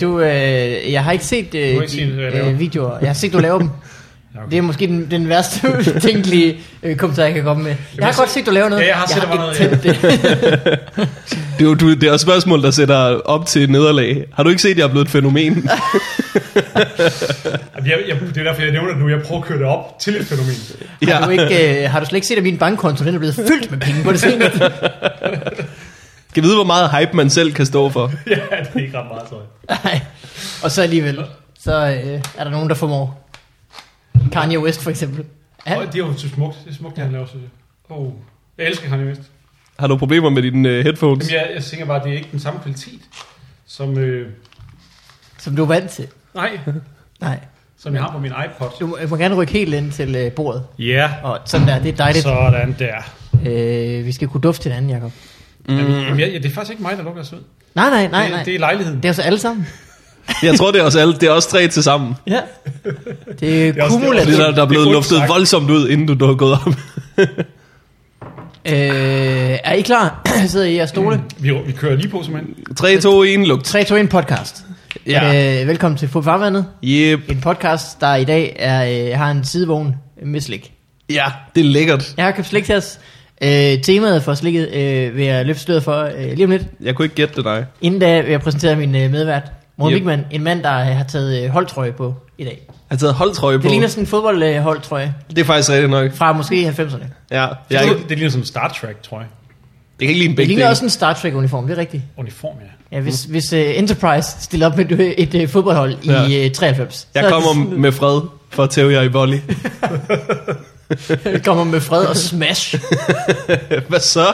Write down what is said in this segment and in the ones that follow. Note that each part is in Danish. du, øh, jeg har ikke set øh, Du har ikke set, hvad jeg laver. øh, videoer. Jeg har set, du laver dem. Ja, okay. Det er måske den, den værste tænkelige øh, kommentar, jeg kan komme med. Jeg jeg har godt set, du laver noget. Ja, jeg har set, der var ikke noget, tænkt det. Det er jo du, det er jo spørgsmål, der sætter op til et nederlag. Har du ikke set, at jeg er blevet et fænomen? Jamen, jeg, jeg, det er derfor, jeg nævner det nu. Jeg prøver at køre det op til et fænomen. ja. Har, du ikke, øh, har du slet ikke set, at min bankkonto den er blevet fyldt med penge på det seneste? Kan vide, hvor meget hype man selv kan stå for? ja, det er ikke ret meget, tror jeg. Nej. Og så alligevel, så øh, er der nogen, der formår. Kanye West for eksempel. Ja. Han, det er jo så smukt. Det er smukt, det han laver, synes jeg. Oh. Jeg elsker Kanye West. Har du problemer med dine uh, headphones? Jamen, jeg, jeg tænker bare, at det er ikke den samme kvalitet, som, øh, som du er vant til. nej, Nej. som jeg har på min iPod. Du må, må gerne rykke helt ind til øh, bordet. Ja, Og sådan der, det er dejligt. sådan der. Øh, vi skal kunne dufte hinanden, Jacob. Mm. Jamen, jeg, det er faktisk ikke mig, der lukker os ud. Nej, nej, nej, nej. Det, det er lejligheden. Det er jo så alle sammen. Jeg tror, det er os alle. Det er os tre til sammen. Ja. Det er er også- Fordi kumulativt. der, der er blevet Det er ondt luftet sagt. voldsomt ud, inden du, du er gået op. Øh, er I klar? Sidder I i jeres stole? Mm. Vi, vi kører lige på, simpelthen. 3, 2, 1, lugt. 3, 2, 1 podcast. Ja. Øh, velkommen til Fod Farvandet. Yep. En podcast, der i dag er, øh, har en sidevogn med slik. Ja, det er lækkert. Jeg har købt slik til os. Øh, temaet for slikket øh, vil jeg løfte sløret for øh, lige om lidt. Jeg kunne ikke gætte det, nej. Inden da vil jeg præsentere min øh, medvært, Morten Yep. Wigman, en mand, der øh, har taget øh, holdtrøje på i dag. Jeg har taget holdtrøje på. Det ligner sådan en fodboldholdtrøje det er faktisk rigtigt nok. fra måske 90'erne. Ja, jeg, Jeg, er ikke, det, det ligner som Star Trek, tror jeg. det kan ikke ligne Det begge ligner dele. også en Star Trek-uniform, det er rigtigt. Uniform, ja. Ja, hvis, hvis uh, Enterprise stiller op med et, et uh, fodboldhold i Ja. uh, 93. Jeg så er det kommer med fred for at tæve jer i volley. sådan- øh, kommer med fred og smash. Øh, hvad så?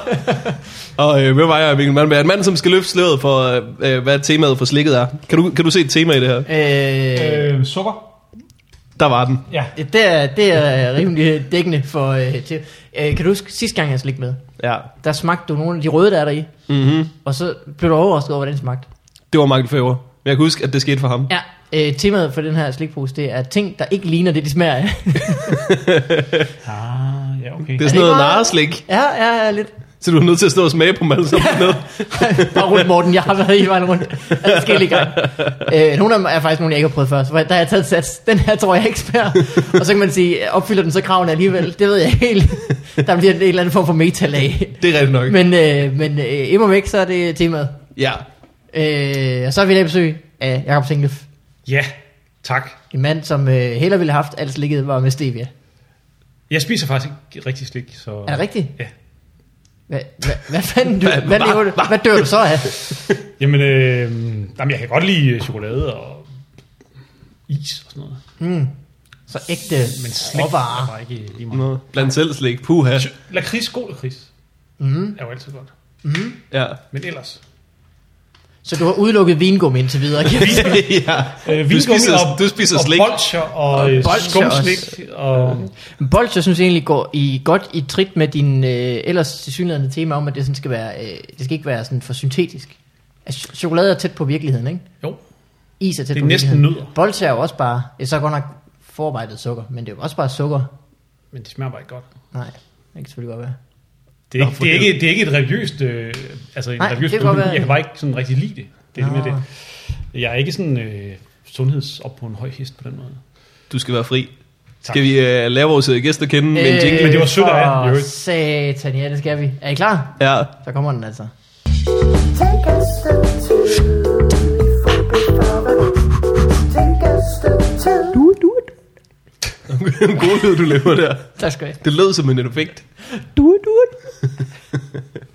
Og øh, med mig er Mikkel Malmberg. En mand, som skal løfte sløret for, øh, øh, hvad temaet for slikket er. Kan du, kan du se et tema i det her? øh, Øh, sukker? Der var den. Ja. det, det, er, det er rimelig dækkende for... Uh, til. Uh, kan du huske sidste gang, jeg slik med? Ja. Der smagte du nogle af de røde, der er der i. Mm-hmm. Og så blev du overrasket over, hvordan det smagte. Det var Michael Favre. Men jeg kan huske, at det skete for ham. Ja. Øh, temaet for den her slikpose, det er ting, der ikke ligner det, de smager af. Ah, ja, okay. Det er det sådan noget ikke meget? nareslik, ja, ja, ja, lidt. så du er nødt til at stå og smage på dem alle sammen. ned. Bare rundt, Morten. Jeg har været hele vejen rundt. Adskillige gange. Øh, nogle af dem er faktisk nogle, jeg ikke har prøvet før. Så der har jeg taget sats. Den her tror jeg ikke spærer. Og så kan man sige, opfylder den så kravene alligevel? Det ved jeg ikke helt. Der bliver en eller anden form for metalag. Det er rigtigt nok. Men, øh, men øh, imod væk, så er det temaet. Ja. Øh, og så har vi i dag besøg af øh, Jakob Singlef. Ja, tak. En mand, som øh, heller ville have haft alt slikket var med stevia. Jeg spiser faktisk ikke rigtig slik, så... Er det rigtigt? Ja. Hvad, hvad, hvad fanden du, Hva- hvad, hva- lever du, hvad dør du så af? Jamen, øh, jamen, jeg kan godt lide øh, chokolade og is og sådan noget. Mm. Så ægte Men slik er råvarer. bare ikke lige meget. Nå, Blandt selv slik. Puha. Lakrids, god lakrids, Mm. er jo altid godt. Ja. Men ellers... Så du har udelukket vingummi indtil videre. Kim. ja. Øh, Du spiser, du spiser og slik. bolcher og, øh, bolsjer skumslik. Og, Bolcher synes jeg egentlig går i, godt i trit med din øh, ellers tilsyneladende tema om, at det, sådan skal, være, øh, det skal ikke være sådan for syntetisk. Altså, ch- chokolade er tæt på virkeligheden, ikke? jo, Is er tæt det er på næsten virkeligheden. nødder, Bolcher er jo også bare, det er så godt nok forarbejdet sukker, men det er jo også bare sukker. men det smager bare ikke godt. Nej, det kan selvfølgelig godt være. Det er, Nå, ikke, for det, er det- ikke, det er ikke et religiøst... Øh, altså en Nej, Nej, religiøs det kan godt beslutning. være. Jeg kan bare ikke sådan rigtig lide det. Det er det med Nå. det. Jeg er ikke sådan øh, sundheds op på en høj hest på den måde. Du skal være fri. Tak. Skal vi uh, lære vores øh, gæster kende med en jingle? men det var sødt af jer, i Øh, for øvrigt. Satan, ja, det skal vi. Er I klar? Ja. Så kommer den altså. Take a step two before before. Take a step two. En god lyd, du lever der. Tak skal I have. Det lød som en effekt. Du, du.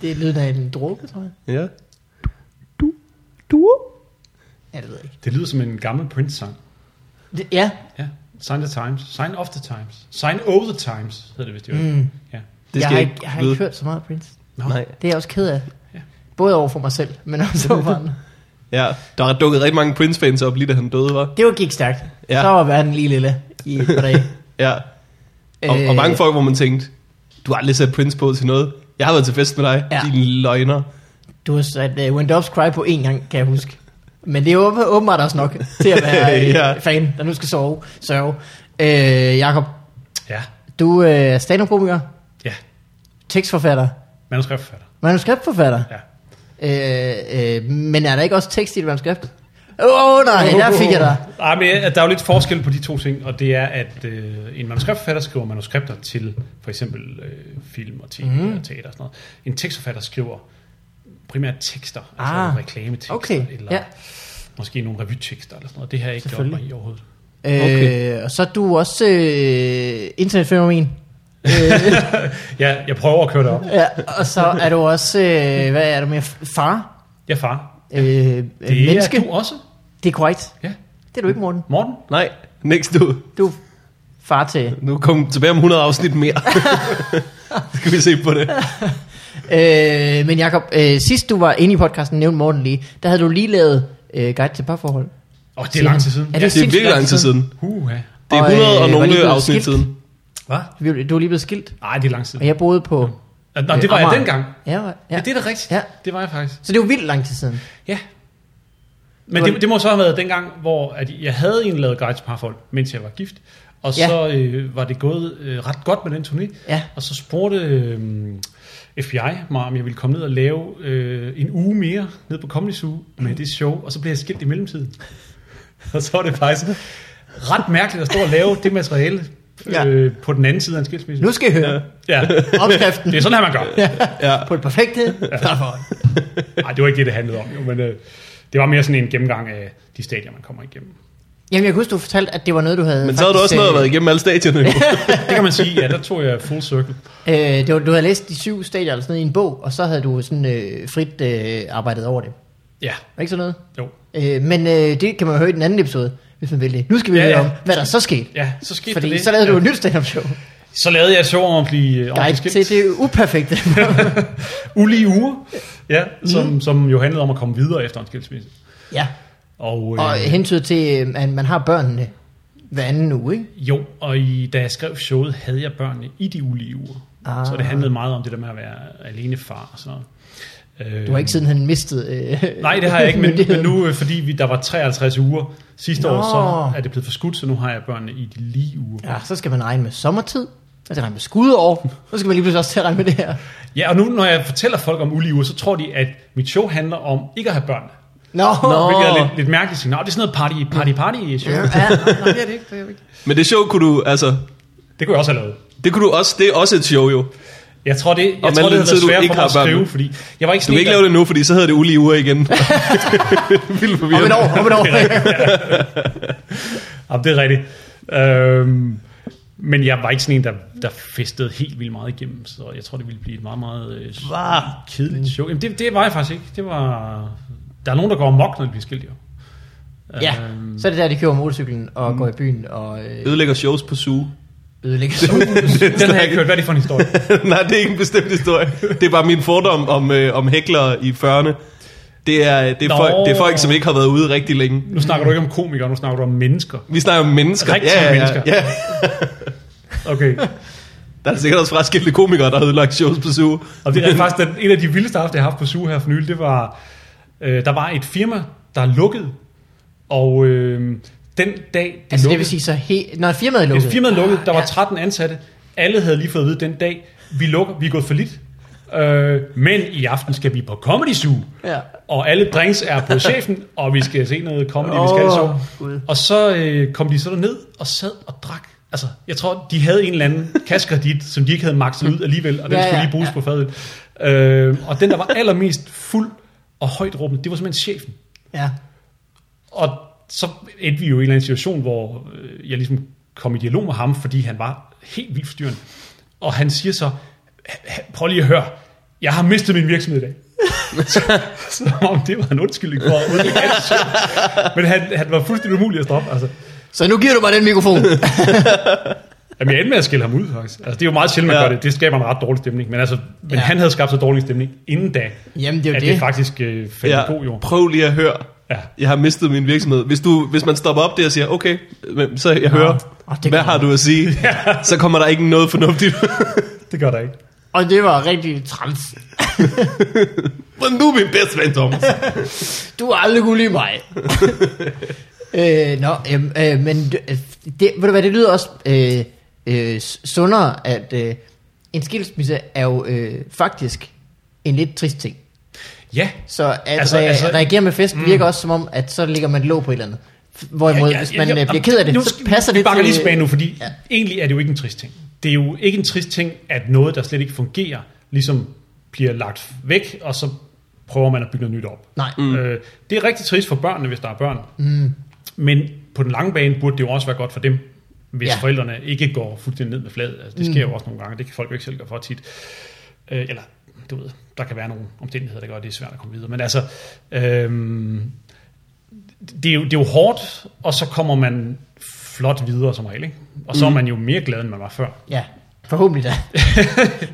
Det er lyden af en dråbe, tror jeg. Ja. Du. Ja, det ved jeg ikke. Det lyder som en gammel Prince-sang. Det, ja, Ja. Sign the times. Sign of the times. Sign of the times, hedder det vist jo. Mm. Ja. Det jeg, skal har ikke ikke, jeg har ikke lyde. hørt så meget af Prince. Nå. Nej. Det er jeg også ked af. Ja. Både over for mig selv, men også over for andre. Ja, der er dukket rigtig mange Prince-fans op, lige da han døde, var. Det var gik stærkt. Ja. Ja. Så var verden lige lille i et par dage. Ja, og, Øh, og mange folk, hvor man tænkte, du har aldrig sat Prince på til noget. Jeg har været til fest med dig, Ja. ja. din løgner. Du har sat uh, When Doves Cry på én gang, kan jeg huske. Men det er åben, åbenbart også nok til at være uh, ja. Ja. fan, der nu skal sove. Sørge. Uh, Jakob, Ja. du øh, er stand-up-komiker, Ja. tekstforfatter, Manuskriptforfatter. manuskriptforfatter. Ja. Øh, øh, men er der ikke også tekst i et manuskript? Åh oh, nej, der fik jeg dig. Ej, men øh, der er jo lidt forskel på de to ting, og det er, at øh, en manuskriptforfatter skriver manuskripter til for eksempel øh, film og tv mm. og teater og sådan noget. En tekstforfatter skriver primært tekster, altså Ah, reklametekster, okay, eller ja. måske nogle revytekster eller sådan noget. Det har jeg ikke gjort mig Selvfølgelig. i overhovedet. Okay. Øh, og så er du også øh, internetfænomen. Ja, jeg prøver at køre det op. Ja, og så er du også, øh, hvad er du mere, far? Ja, far. Øh, det Det menneske? er du også. Det er korrekt. Ja. Det er du ikke, Morten. Morten? Nej, next du. Du er far til. Nu kom tilbage om 100 afsnit mere. Så kan vi se på det. Øh, men Jacob, øh, sidst du var inde i podcasten, nævnte Morten lige, der havde du lige lavet øh, guide til parforhold. Åh, oh, det er lang tid siden. Er Det er sindssygt virkelig lang tid siden. Uh, ja. Det er Og, øh, 100 og var lige nogle blevet skilt. afsnit siden. Hvad? Vi- Du er lige blevet skilt, Nej, det er lang tid. og jeg boede på... Nå, øh, det var jeg Amager. dengang. Ja, ja. Ja, det er da rigtigt. Ja. Ja. Det var jeg faktisk. Så det er jo vildt lang tid siden. Ja. Men det, det må så have været dengang, hvor at jeg havde egentlig lavet guides parforhold, mens jeg var gift. Og Ja. ja. så øh, var det gået øh, ret godt med den turné. Ja. Og så spurgte øh, FBI mig, om jeg ville komme ned og lave øh, en uge mere ned på Comedy Zoo med det show. Og så blev jeg skilt i mellemtiden. og så var det faktisk ret mærkeligt at stå og lave det materiale Ja. øh, på den anden side af en skilsmisse. Nu skal I høre Ja. opskriften Det er sådan her, man gør. Ja. på det perfekte parforhold. Nej, det var ikke det, det handlede om. Jo, men øh, det var mere sådan en gennemgang af de stadier, man kommer igennem. Jamen, jeg kan huske, du fortalte, at det var noget, du havde... Men så har du faktisk, også noget øh, været igennem alle stadierne. jo. Det kan man sige, ja, der tog jeg full circle. Øh, det var, du havde læst de syv stadier eller sådan noget i en bog, og så havde du sådan øh, frit øh, arbejdet over det. Ja, Var ikke sådan noget? jo. Øh, men øh, det kan man jo høre i den anden episode, hvis man vil det. Nu skal vi Ja, høre ja. om, hvad der så skete. Ja, så skete Fordi det. så lavede ja. du et nyt stand-up show. Så lavede jeg et show om at blive, om at blive Guide til skilt. Det. det uperfekte. Ulige uger, ja, Mhm. som, mm. som jo handlede om at komme videre efter en skilsmisse. ja, Og, øh, og hentyder til, øh, at man har børnene hver anden uge, ikke? Jo, og i, da jeg skrev showet, havde jeg børnene i de ulige uger. Ah. Ah. Så det handlede meget om det der med at være alene far og sådan noget. Øh, Du har ikke siden han mistet øh, Nej, det har jeg ikke, men, men myndigheden. nu, øh, fordi vi, der var 53 uger sidste Nå. Nå. år, så er det blevet forskudt, så nu har jeg børnene i de lige uger. Ja, så skal man regne med sommertid, så skal man regne med skudår, så skal man lige pludselig også til at regne med det her. Ja, og nu når jeg fortæller folk om ulige uger, så tror de, at mit show handler om ikke at have børn. Nå, Oh. Nå. Hvilket er lidt, lidt mærkeligt. Sådan, Nå, det er sådan noget party, party, party show. Ja, Yeah. nej, det er det ikke. Det er det ikke. Men det show kunne du, altså... Det kunne jeg også have lavet. Det kunne du også, det er også et show jo. Du Jeg tror, det, jeg Og tror, det mellemtiden, havde været du svært ikke for mig har at skrive, børn. fordi jeg var ikke kan sådan ikke lave det nu, fordi så hedder det ulige uger igen. Vildt Om et forvirrende. år, om et år. Jamen, det er rigtigt. Øhm, men jeg var ikke sådan en, der, der festede helt vildt meget igennem, så jeg tror, det ville blive et meget, meget øh, Ah, kedeligt show. Jamen, det, det var jeg faktisk ikke. Det var... Der er nogen, der går amok, når de bliver skilt, jo. Ja, Øhm, Mm. så er det der, de kører motorcyklen og går i byen og øh, Ødelægger shows på suge. ødelægger solen. den har jeg ikke hørt. Hvad er det for en historie? Nej, det er ikke en bestemt historie. Det er bare min fordom om, øh, om hæklere i 40'erne. Det er, øh, det, er Nå. folk, det er folk, som ikke har været ude rigtig længe. Nu snakker du ikke om komikere, nu snakker du om mennesker. Vi snakker om mennesker. Rigtige ja, ja, mennesker. Ja. Okay. Der er sikkert også fraskilte komikere, der har ødelagt shows på suge. Og det er faktisk den, en af de vildeste aftener, jeg har haft på SU her for nylig, det var, øh, der var et firma, der lukkede, og øh, den dag, det Altså det lukkede, vil sige, så he- når firmaet er lukket. et firma lukkede, der var Ja. 13 ansatte, alle havde lige fået at vide den dag, vi lukker, vi er gået for lidt, øh, men i aften skal vi på Comedy Zoo, Ja. og alle drinks er på chefen, og vi skal se noget comedy, oh, vi skal Åh, så. Gud. Og så øh, kom de så ned og sad og drak. Altså, jeg tror, de havde en eller anden kaskredit, som de ikke havde makset ud alligevel, og den Ja, ja, ja, skulle lige bruges ja. ja. på fadet. Øh, og den, der var allermest fuld og højt råbende, det var simpelthen chefen. Ja. Og så endte vi jo i en eller anden situation, hvor øh, jeg ligesom kom i dialog med ham, fordi han var helt vildt forstyrrende. Og han siger så, "Ha- ha- prøv lige at høre, jeg har mistet min virksomhed i dag. Som om det var en undskyldning for at udlægge hans søn. Men han, han var fuldstændig umulig at stoppe. Altså. Så nu giver du mig den mikrofon. Jamen, jeg endte med at skille ham ud, faktisk. Altså, det er jo meget sjældent, man Ja. ja. gør det. Det skaber en ret dårlig stemning. Men, altså, men Ja. ja. han havde skabt så dårlig stemning inden da, Jamen det er jo at det. det faktisk øh, fandt Ja, ja. god jord. prøv lige at høre. Ja. Jeg har mistet min virksomhed. Hvis, du, hvis man stopper op der og siger, okay, hvem- så jeg hører, Åh, det hvad gør har du at sige? Så kommer der ikke noget fornuftigt. Det gør der ikke. Og det var rigtig træls. Men du er min bedste ven, Thomas. Du har aldrig kunne lide mig. øh, nå, øh, øh, men øh, det, ved du hvad, det lyder også øh, øh, sundere, at øh, en skilsmisse er jo øh, faktisk en lidt trist ting. Ja, Så at altså, Altså, re- altså, altså- reagere med festen mm. virker også som om, at så ligger man et låg på et eller andet. Hvorimod, ja, ja, ja, hvis man ja, ja, bliver ked af det, nu så skal- passer vi det bakker til... lige tilbage nu, fordi Ja. ja. egentlig er det jo ikke en trist ting. Det er jo ikke en trist ting, at noget, der slet ikke fungerer, ligesom bliver lagt væk, og så prøver man at bygge noget nyt op. Nej. Mm. Øh, det er rigtig trist for børnene, hvis der er børn. Mm. Men på den lange bane burde det jo også være godt for dem, hvis Ja. Mm. ja. forældrene ikke går fuldstændig ned med fladet. Altså, det sker jo også nogle gange, det kan folk jo ikke selv gøre for tit. Øh, eller, du ved, der kan være nogle omstændigheder, der gør, at det er svært at komme videre. Men altså, øhm, det, er jo, det er jo hårdt, og så kommer man flot videre som regel. Ikke? Og så mm. er man jo mere glad, end man var før. Ja, forhåbentlig da.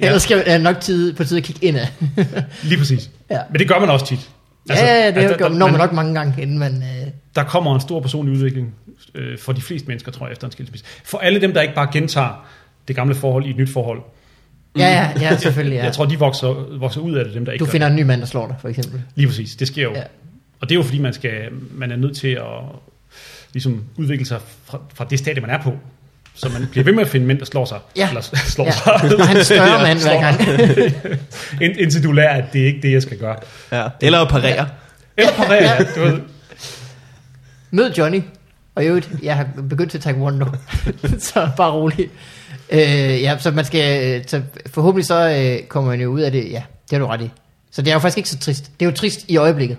ja. Ellers skal jeg nok tid, på tid at kigge indad. Lige præcis. Ja. Men det gør man også tit. altså, ja, ja, det altså, altså, der- gør, der- når man men- Mm. nok mange gange, inden man... Øh, der kommer en stor personlig udvikling øh, for de fleste mennesker, tror jeg, efter en skilsmisse. For alle dem, der ikke bare gentager det gamle forhold i et nyt forhold. ja, ja, ja, selvfølgelig. Ja. Jeg tror, de vokser, vokser ud af det, dem der ikke du gør finder det. en ny mand, der slår dig, for eksempel. Lige præcis, det sker jo. Ja. Ja. Og det er jo fordi, man, skal, man er nødt til at ligesom, udvikle sig fra, fra det stadie, man er på. Så man bliver ved med at finde mænd, der slår sig. Ja. Eller s- slår Ja. ja. sig. Og han er en større Ja, mand hver slår gang. Ind, indtil du lærer, at det er ikke det, jeg skal gøre. Ja. Eller at parere. Eller parer, ja. du ved. Mød Johnny. Og i øvrigt, jeg har begyndt til taekwondo, så bare rolig. Øh, ja, så man skal, øh, så forhåbentlig så øh, kommer man jo ud af det, ja, det har du ret i. Så det er jo faktisk ikke så trist. Det er jo trist i øjeblikket,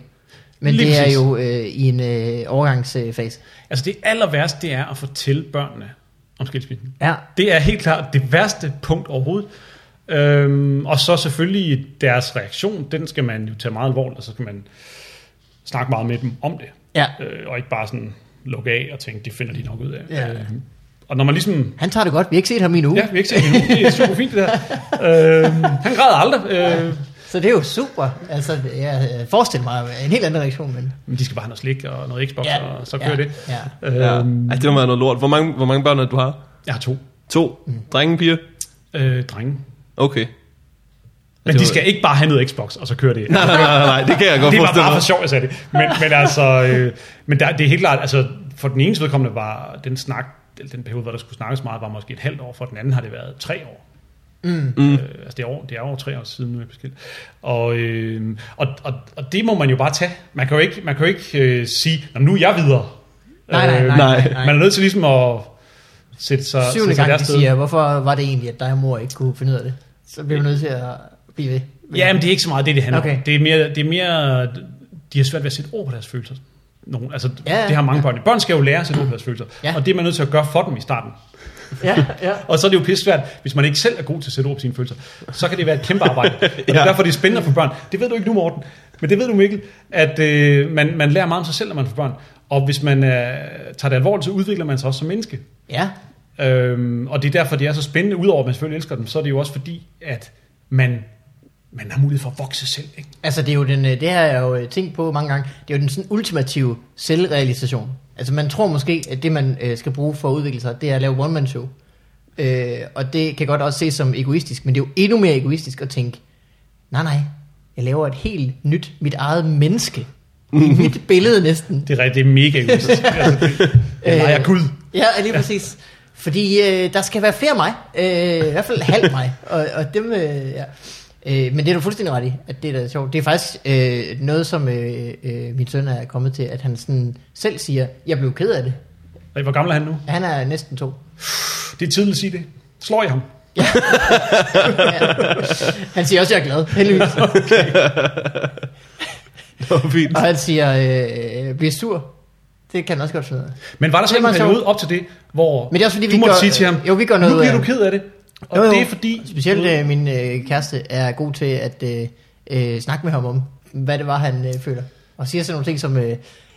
men Lige det er præcis. jo øh, i en øh, overgangsfase. Altså det aller værste, det er at fortælle børnene om skilsmissen. Ja, Det er helt klart det værste punkt overhovedet. Øhm, og så selvfølgelig deres reaktion, den skal man jo tage meget alvorligt, og så skal man snakke meget med dem om det. ja. Øh, og ikke bare sådan lukke af og tænke, det finder de nok ud af. Ja. Øhm, og når man ligesom... Han tager det godt, vi har ikke set ham endnu. Ja, Ja. vi har ikke set det endnu. Det er super fint, det der. øhm, han græder aldrig. Øh, Så det er jo super. Altså, jeg forestiller mig en helt anden reaktion, men... men de skal bare have noget slik og noget Xbox, Ja, ja. og så kører ja, det. ja. Ja. Øhm, Ej, det må være noget lort. Hvor mange, hvor mange børn er det, du har? jeg har to To? Drenge, piger? øh, drenge. Okay. Men det Altså, de var- skal ikke bare have noget Xbox, og så kører det. Nej, nej, nej, nej, det kan jeg godt det var forestille bare mig. for sjov, jeg sagde det. Men, men altså, øh, men der, det er helt klart, altså, for den enes vedkommende var den snak, eller den periode, hvor der skulle snakkes meget, var måske et halvt år, for den anden har det været tre år. Mm. Øh, altså det er, over, det er over tre år siden nu er beskilt. Og, øh, og, og, og det må man jo bare tage. Man kan jo ikke, man kan jo ikke øh, sige, "Nå, nu er jeg videre. Øh, Nej, nej, nej. nej, nej. nej. Man er nødt til ligesom at sætte sig, Syvende sætte sig gang, deres de sted. siger, hvorfor var det egentlig, at dig og mor ikke kunne finde ud af det? Så bliver man nødt til at blive ved. Ja, men det er ikke så meget det, det handler okay. Okay. om. Det er, mere, det er mere, de har svært ved at sætte ord på deres følelser. Nogen, altså, Ja, ja, ja. det har mange børn. Børn skal jo lære at sætte ord på deres følelser. Ja. Ja. Og det er man nødt til at gøre for dem i starten. ja, ja. Og så er det jo pisse svært, hvis man ikke selv er god til at sætte ord på sine følelser. Så kan det være et kæmpe arbejde. Og det er Ja. derfor, det er spændende for børn. Det ved du ikke nu, Morten. Men det ved du, Mikkel, at øh, man, man lærer meget om sig selv, når man får børn. Og hvis man øh, tager det alvorligt, så udvikler man sig også som menneske. Ja, Øhm, og det er derfor, det er så spændende. Udover at man selvfølgelig elsker dem, så er det jo også fordi, at man, man har mulighed for at vokse selv. Ikke? Altså det er jo den, øh, det har jeg jo øh, tænkt på mange gange, det er jo den sådan ultimative selvrealisation. Altså man tror måske, at det man øh, skal bruge for at udvikle sig, det er at lave one-man-show. Øh, og det kan godt også ses som egoistisk, men det er jo endnu mere egoistisk at tænke, nej nej, jeg laver et helt nyt, mit eget menneske. I mit billede næsten. Det er rigtigt, det er mega egoistisk. altså, det, jeg leger Gud. Øh, Ja, lige præcis. Fordi øh, der skal være flere mig, øh, i hvert fald halv mig, og, og dem, øh, ja. Øh, men det er du fuldstændig ret i, at det er da sjovt. Det er faktisk øh, noget, som øh, øh, min søn er kommet til, at han sådan selv siger, jeg blev ked af det. Ej, Hvor gammel er han nu? Han er næsten to. Det er tidligt at sige det. Slår jeg ham? Han siger også, jeg er glad, heldigvis. Det var fint. Og han siger, øh, øh, bliver sur. Det kan han også godt finde ud af. Men var der så Det ikke var en sjovt. periode op til det, hvor altså- Men det er også fordi, du vi måtte gør- sige til ham, jo, vi gør noget nu bliver af du ked af det. Og Jo, jo. det er fordi... Specielt øh, min øh, kæreste er god til at øh, øh, snakke med ham om, hvad det var, han øh, føler. Og siger sådan nogle ting som, øh,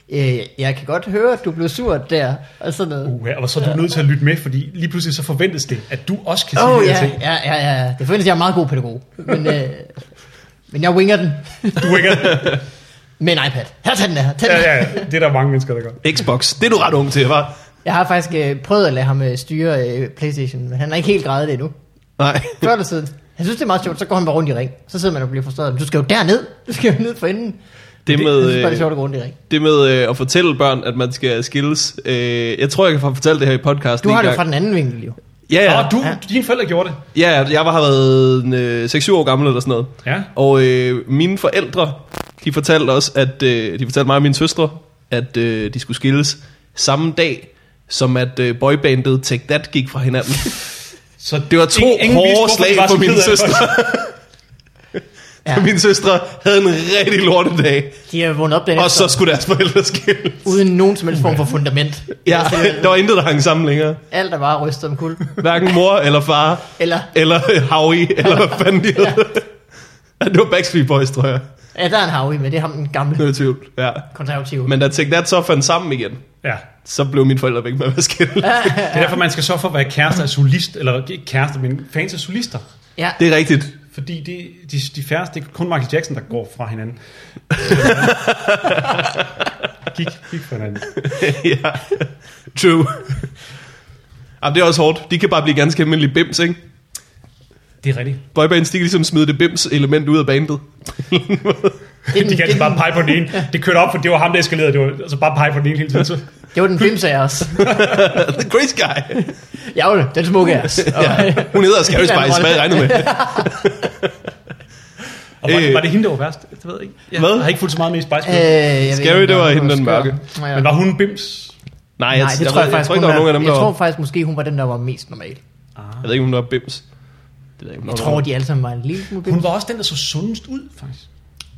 øh, jeg kan godt høre, at du blev sur der, og sådan noget. Åh Uha, og så er du nødt til at lytte med, fordi lige pludselig så forventes det, at du også kan sige oh, Uh, de her ja, ting. ja, ja, ja, det forventes, jeg er en meget god pædagog. Men, øh, men jeg winger den Du ikke er, med en iPad. Her, tag den der. Tag den. ja, der. ja, det er der mange mennesker, der gør. Xbox, det er du ret ung til, hva'? Jeg har faktisk øh, prøvet at lade ham øh, styre øh, Playstation, men han har ikke helt grejet det endnu. Nej. Før eller siden. Han synes, det er meget sjovt, så går han bare rundt i ring. Så sidder man og bliver frustreret. Men Du skal jo derned. Du skal jo ned for enden. Det Jeg med, synes bare, det er øh, sjovt at gå rundt i ring. det med øh, at fortælle børn, at man skal skilles. Øh, jeg tror, jeg kan få fortalt det her i podcasten. Du har en det jo fra gang. den anden vinkel, jo. Ja, Ja. ja. Og du, Ja. dine forældre gjorde det. Ja, jeg var, har været en, øh, 6-7 år gammel eller sådan noget. Ja. Og øh, mine forældre De fortalte også, at øh, de fortalte mig og mine søstre, at øh, de skulle skilles samme dag, som at øh, boybandet Take That gik fra hinanden. Så Det var to ingen- ingen vidste, hårde hvorfor slag de var for så mine ked af det. søstre. Ja. ja. Mine søstre havde en rigtig lortedag, De har vundet op den og så skulle deres forældre skille. uden nogen som helst form for fundament. Ja, der var intet, der hang sammen længere. Alt er bare rystet om kul. Hverken mor eller far, Eller, eller Howie, eller hvad fanden de hed. Det var Backstreet Boys, tror jeg. ja, der er en Howie med, det er ham den Nu er gamle jeg i tvivl. Ja. konservative. Men da Take That så fandt sammen igen, Ja. så blev mine forældre væk med at være skilt. Det er derfor, man skal sørge for at være kærester af solist, eller ikke kærester, men fans af solister. Ja, Det er rigtigt. Fordi de, de, de færreste, det er kun Michael Jackson, der går fra hinanden. gik, gik fra hinanden. ja. True. Jamen, det er også hårdt. De kan bare blive ganske almindelige bims, ikke? Det er rigtigt. Boybands, de kan ligesom smide det bims-element ud af bandet. det, er De den, kan det, altid er bare den, pege på den ene. Det kørte op, for det var ham, der eskalerede. Det var altså bare pege på den ene hele tiden. Så. det var den bimse af os. The crazy guy. Ja, jo, den smukke af os. Og, Ja. Hun hedder Scary Helt anden Spice, hvad jeg regnede med. Og var, Øh. var, det hende, der var værst? Det ved jeg ikke. Jeg Hvad? har ikke fulgt så meget med i Spice øh, Girls. jeg ved Scary, ikke, det var om hende, hun den skør. mørke. Øh, Nå, ja. Men var hun bims? Nej, Nej, det tror jeg, faktisk, jeg tror ikke, der var hun nogen af dem, jeg der var... tror faktisk måske, hun var den, der var mest normal. Jeg ved ikke, om der var bims. Det ved jeg ikke, om Jeg der tror, var. de alle sammen var en lille smule Hun bims. var også den, der så sundest ud, faktisk.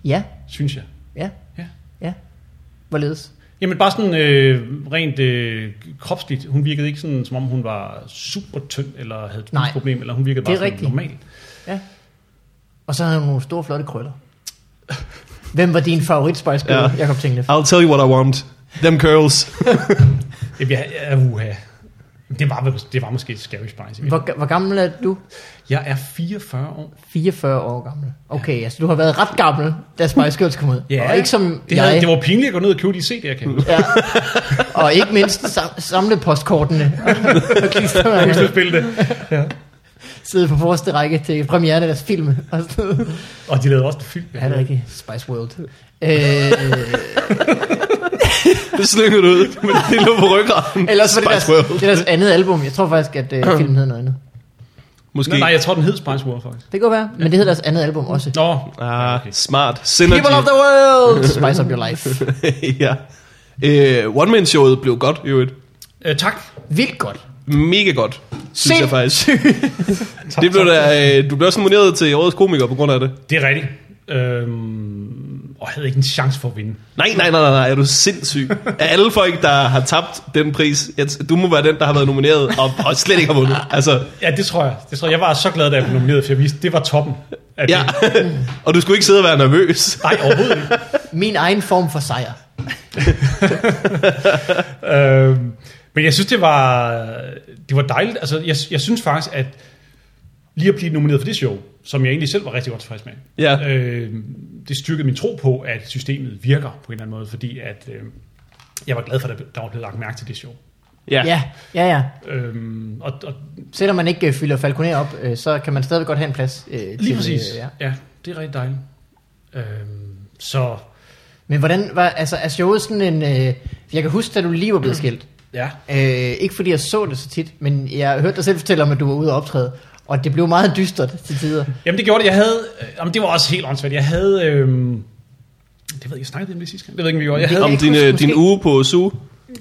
Ja, Synes jeg. ja, Ja. ja. Hvorledes? Jamen bare sådan øh, rent øh, kropsligt. Hun virkede ikke sådan, som om hun var super tynd, eller havde Nej. et problem, eller hun virkede Det er bare sådan rigtigt. normal. Ja. Og så havde hun nogle store, flotte krøller. Hvem var din favorit Spice Girl, Ja. ja. Jacob Tinglev? I'll tell you what I want. Them curls. Jamen, jeg, jeg, uha. Det var, vel- det var måske et Scary Spice. Hvor, ga- hvor gammel er du? Jeg er 44 år. 44 år gammel. Okay, altså du har været ret gammel, da Spice Girls kom ud. og ikke som det, jeg. havde, det var pinligt at gå ned og købe de CD'er, kan jeg huske. Ja. Og ikke mindst sam- samle postkortene. og Jeg klistermærkerne. skulle spille det. Sidde på forreste række til premiere af deres film. Og sådan noget. Og de lavede også en film. ja, det er rigtigt. Spice World. Øh, Det slyngede du ud. Men det lå på ryggraden. ellers var det deres, Spice World. det er deres andet album. Jeg tror faktisk, at øh, filmen hed noget andet. Måske. Nej, nej, jeg tror, den hed Spice World, faktisk. Det kan godt være, men det hedder deres andet album også. Nå, Ah, okay. smart. People of Synergy. the world! Spice up your life. ja. Øh, One-man-showet blev godt, jo et. Øh, tak. Vildt godt. Mega godt, synes Se. jeg faktisk. tak. Det blev tak. der, øh, du blev også nomineret til årets komiker på grund af det. Det er rigtigt. Øhm, og jeg havde ikke en chance for at vinde. Nej, nej, nej, nej, nej, er du sindssyg? Af alle folk, der har tabt den pris, jeg t- du må være den, der har været nomineret og, og slet ikke har vundet. Altså, Ja, det tror jeg. Det tror jeg. jeg var så glad, da jeg blev nomineret, for jeg vidste, det var toppen. At ja. og du skulle ikke sidde og være nervøs. Nej, overhovedet ikke. Min egen form for sejr. øhm, men jeg synes, det var, det var dejligt. Altså, jeg, jeg synes faktisk, at lige at blive nomineret for det show, som jeg egentlig selv var rigtig godt tilfreds med, Ja. øh, det styrkede min tro på, at systemet virker på en eller anden måde, fordi at, øh, jeg var glad for, at der var blevet lagt mærke til det show. Ja, ja, ja. Øhm, og, og Selvom man ikke øh, fylder Falconer op, øh, så kan man stadig godt have en plads. Øh, lige til, præcis. øh, Ja. ja. ja, det er rigtig dejligt. Øhm, så Men hvordan var, altså er showet sådan en, øh, jeg kan huske, da du lige var blevet skilt. ja, Øh, ikke fordi jeg så det så tit, men jeg hørte dig selv fortælle om, at du var ude og optræde. Og det blev meget dystert til tider. Jamen det gjorde det. Jeg havde, øh, jamen, det var også helt åndssvagt. Jeg havde, øhm, det ved jeg, jeg snakkede om det sidste gang. Det ved jeg ikke, om vi gjorde. Jeg havde, kan Om ikke din, huske, øh, måske. din uge på SU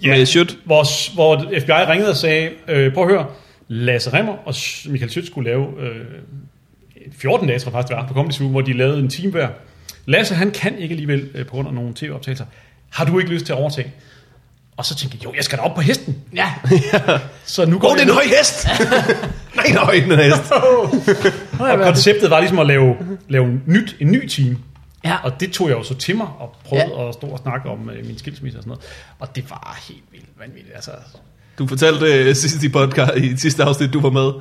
Ja. med Sjøt. hvor, hvor FBI ringede og sagde, øh, prøv at høre, Lasse Remmer og S- Michael Schütz skulle lave øh, 14 dage, tror jeg faktisk det var, på Comedy Zoo, hvor de lavede en time hver. Lasse, han kan ikke alligevel øh, på grund af nogle tv-optagelser. Har du ikke lyst til at overtage? Og så tænkte jeg, jo, jeg skal da op på hesten. Ja, Så nu går Åh, oh, det er jeg en høj hest! nej, det er en høj den hest. Og konceptet var ligesom at lave, lave nyt, en ny time. Ja. Og det tog jeg jo så til mig og prøvede Ja. ja. at stå og snakke om øh, min skilsmisse og sådan noget. Og det var helt vildt vanvittigt. Altså, Du fortalte øh, sidste i podcast, i sidste afsnit, du var med,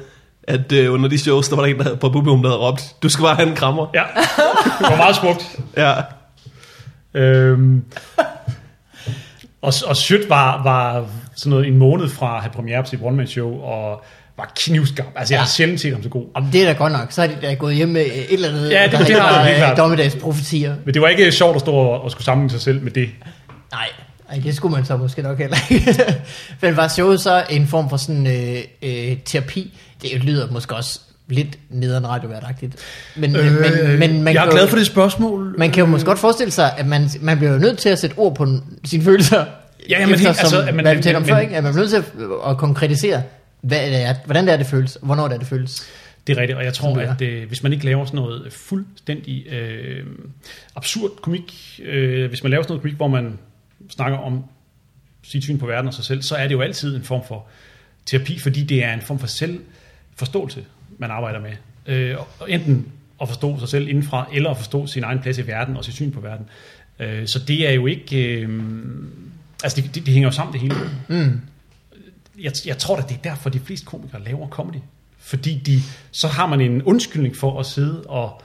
at øh, under de shows, der var der en der havde, på publikum, der havde råbt, du skal bare have en krammer. ja, det var meget smukt. Ja. Øhm, og, og Sjøt var, var sådan noget en måned fra at have premiere på sit one-man-show, og var knivskarp. Altså, jeg har Ja. sjældent set ham så god. Jamen, det er da godt nok. Så er de da gået hjem med øh, et eller andet, Ja, det- der det ikke har var, de helt øh, klart. dommedagsprofetier. Men det var ikke sjovt at stå og, og skulle sammenligne sig selv med det. Nej, ej, det skulle man så måske nok heller ikke. Men var showet så en form for sådan øh, øh, terapi? Det lyder måske også lidt nederen radioværtagtigt. Men, øh, Øh, men, men man, jeg er kan glad jo, for det spørgsmål. man kan jo måske godt forestille sig, at man, man bliver jo nødt til at sætte ord på n- sine følelser. Ja, jamen, helt- efter, som, altså, altså, at man, man- hvad vi talte om men- før, ikke? At man bliver nødt til at, at konkretisere, hvad det er, hvordan det er, det føles, og hvornår det er, det føles. Det er rigtigt, og jeg tror, Som det er. at øh, hvis man ikke laver sådan noget fuldstændig øh, absurd komik, øh, hvis man laver sådan noget komik, hvor man snakker om sit syn på verden og sig selv, så er det jo altid en form for terapi, fordi det er en form for selvforståelse, man arbejder med. Øh, og enten at forstå sig selv indenfra, eller at forstå sin egen plads i verden og sit syn på verden. Øh, så det er jo ikke... Øh, altså, det, det, det hænger jo sammen det hele jeg, jeg tror da, det er derfor, de fleste komikere laver comedy. Fordi de, så har man en undskyldning for at sidde og,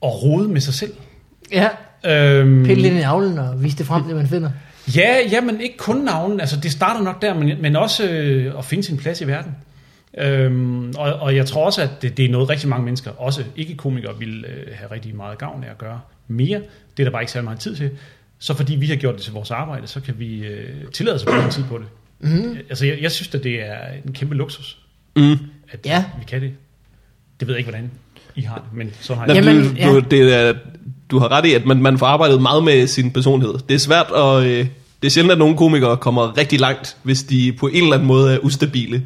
og rode med sig selv. Ja, Øhm, pille lidt i navlen og vise det frem, det man finder. ja, ja, men ikke kun navnen. Altså, det starter nok der, men, men også øh, at finde sin plads i verden. Øhm, og, og jeg tror også, at det, det er noget, rigtig mange mennesker, også ikke-komikere, vil øh, have rigtig meget gavn af at gøre mere. Det er der bare ikke særlig meget tid til. Så fordi vi har gjort det til vores arbejde, så kan vi øh, tillade os at bruge noget tid på det. Mm. Altså, jeg, jeg synes, at det er en kæmpe luksus. Mm. at Ja. ja. vi kan det. Det ved jeg ikke, hvordan I har det, men sådan har Nå, jeg det. Jamen, Jamen, du, ja. du, det er, du har ret i, at man, man får arbejdet meget med sin personlighed. Det er svært at... Øh, det er sjældent, at nogle komikere kommer rigtig langt, hvis de på en eller anden måde er ustabile.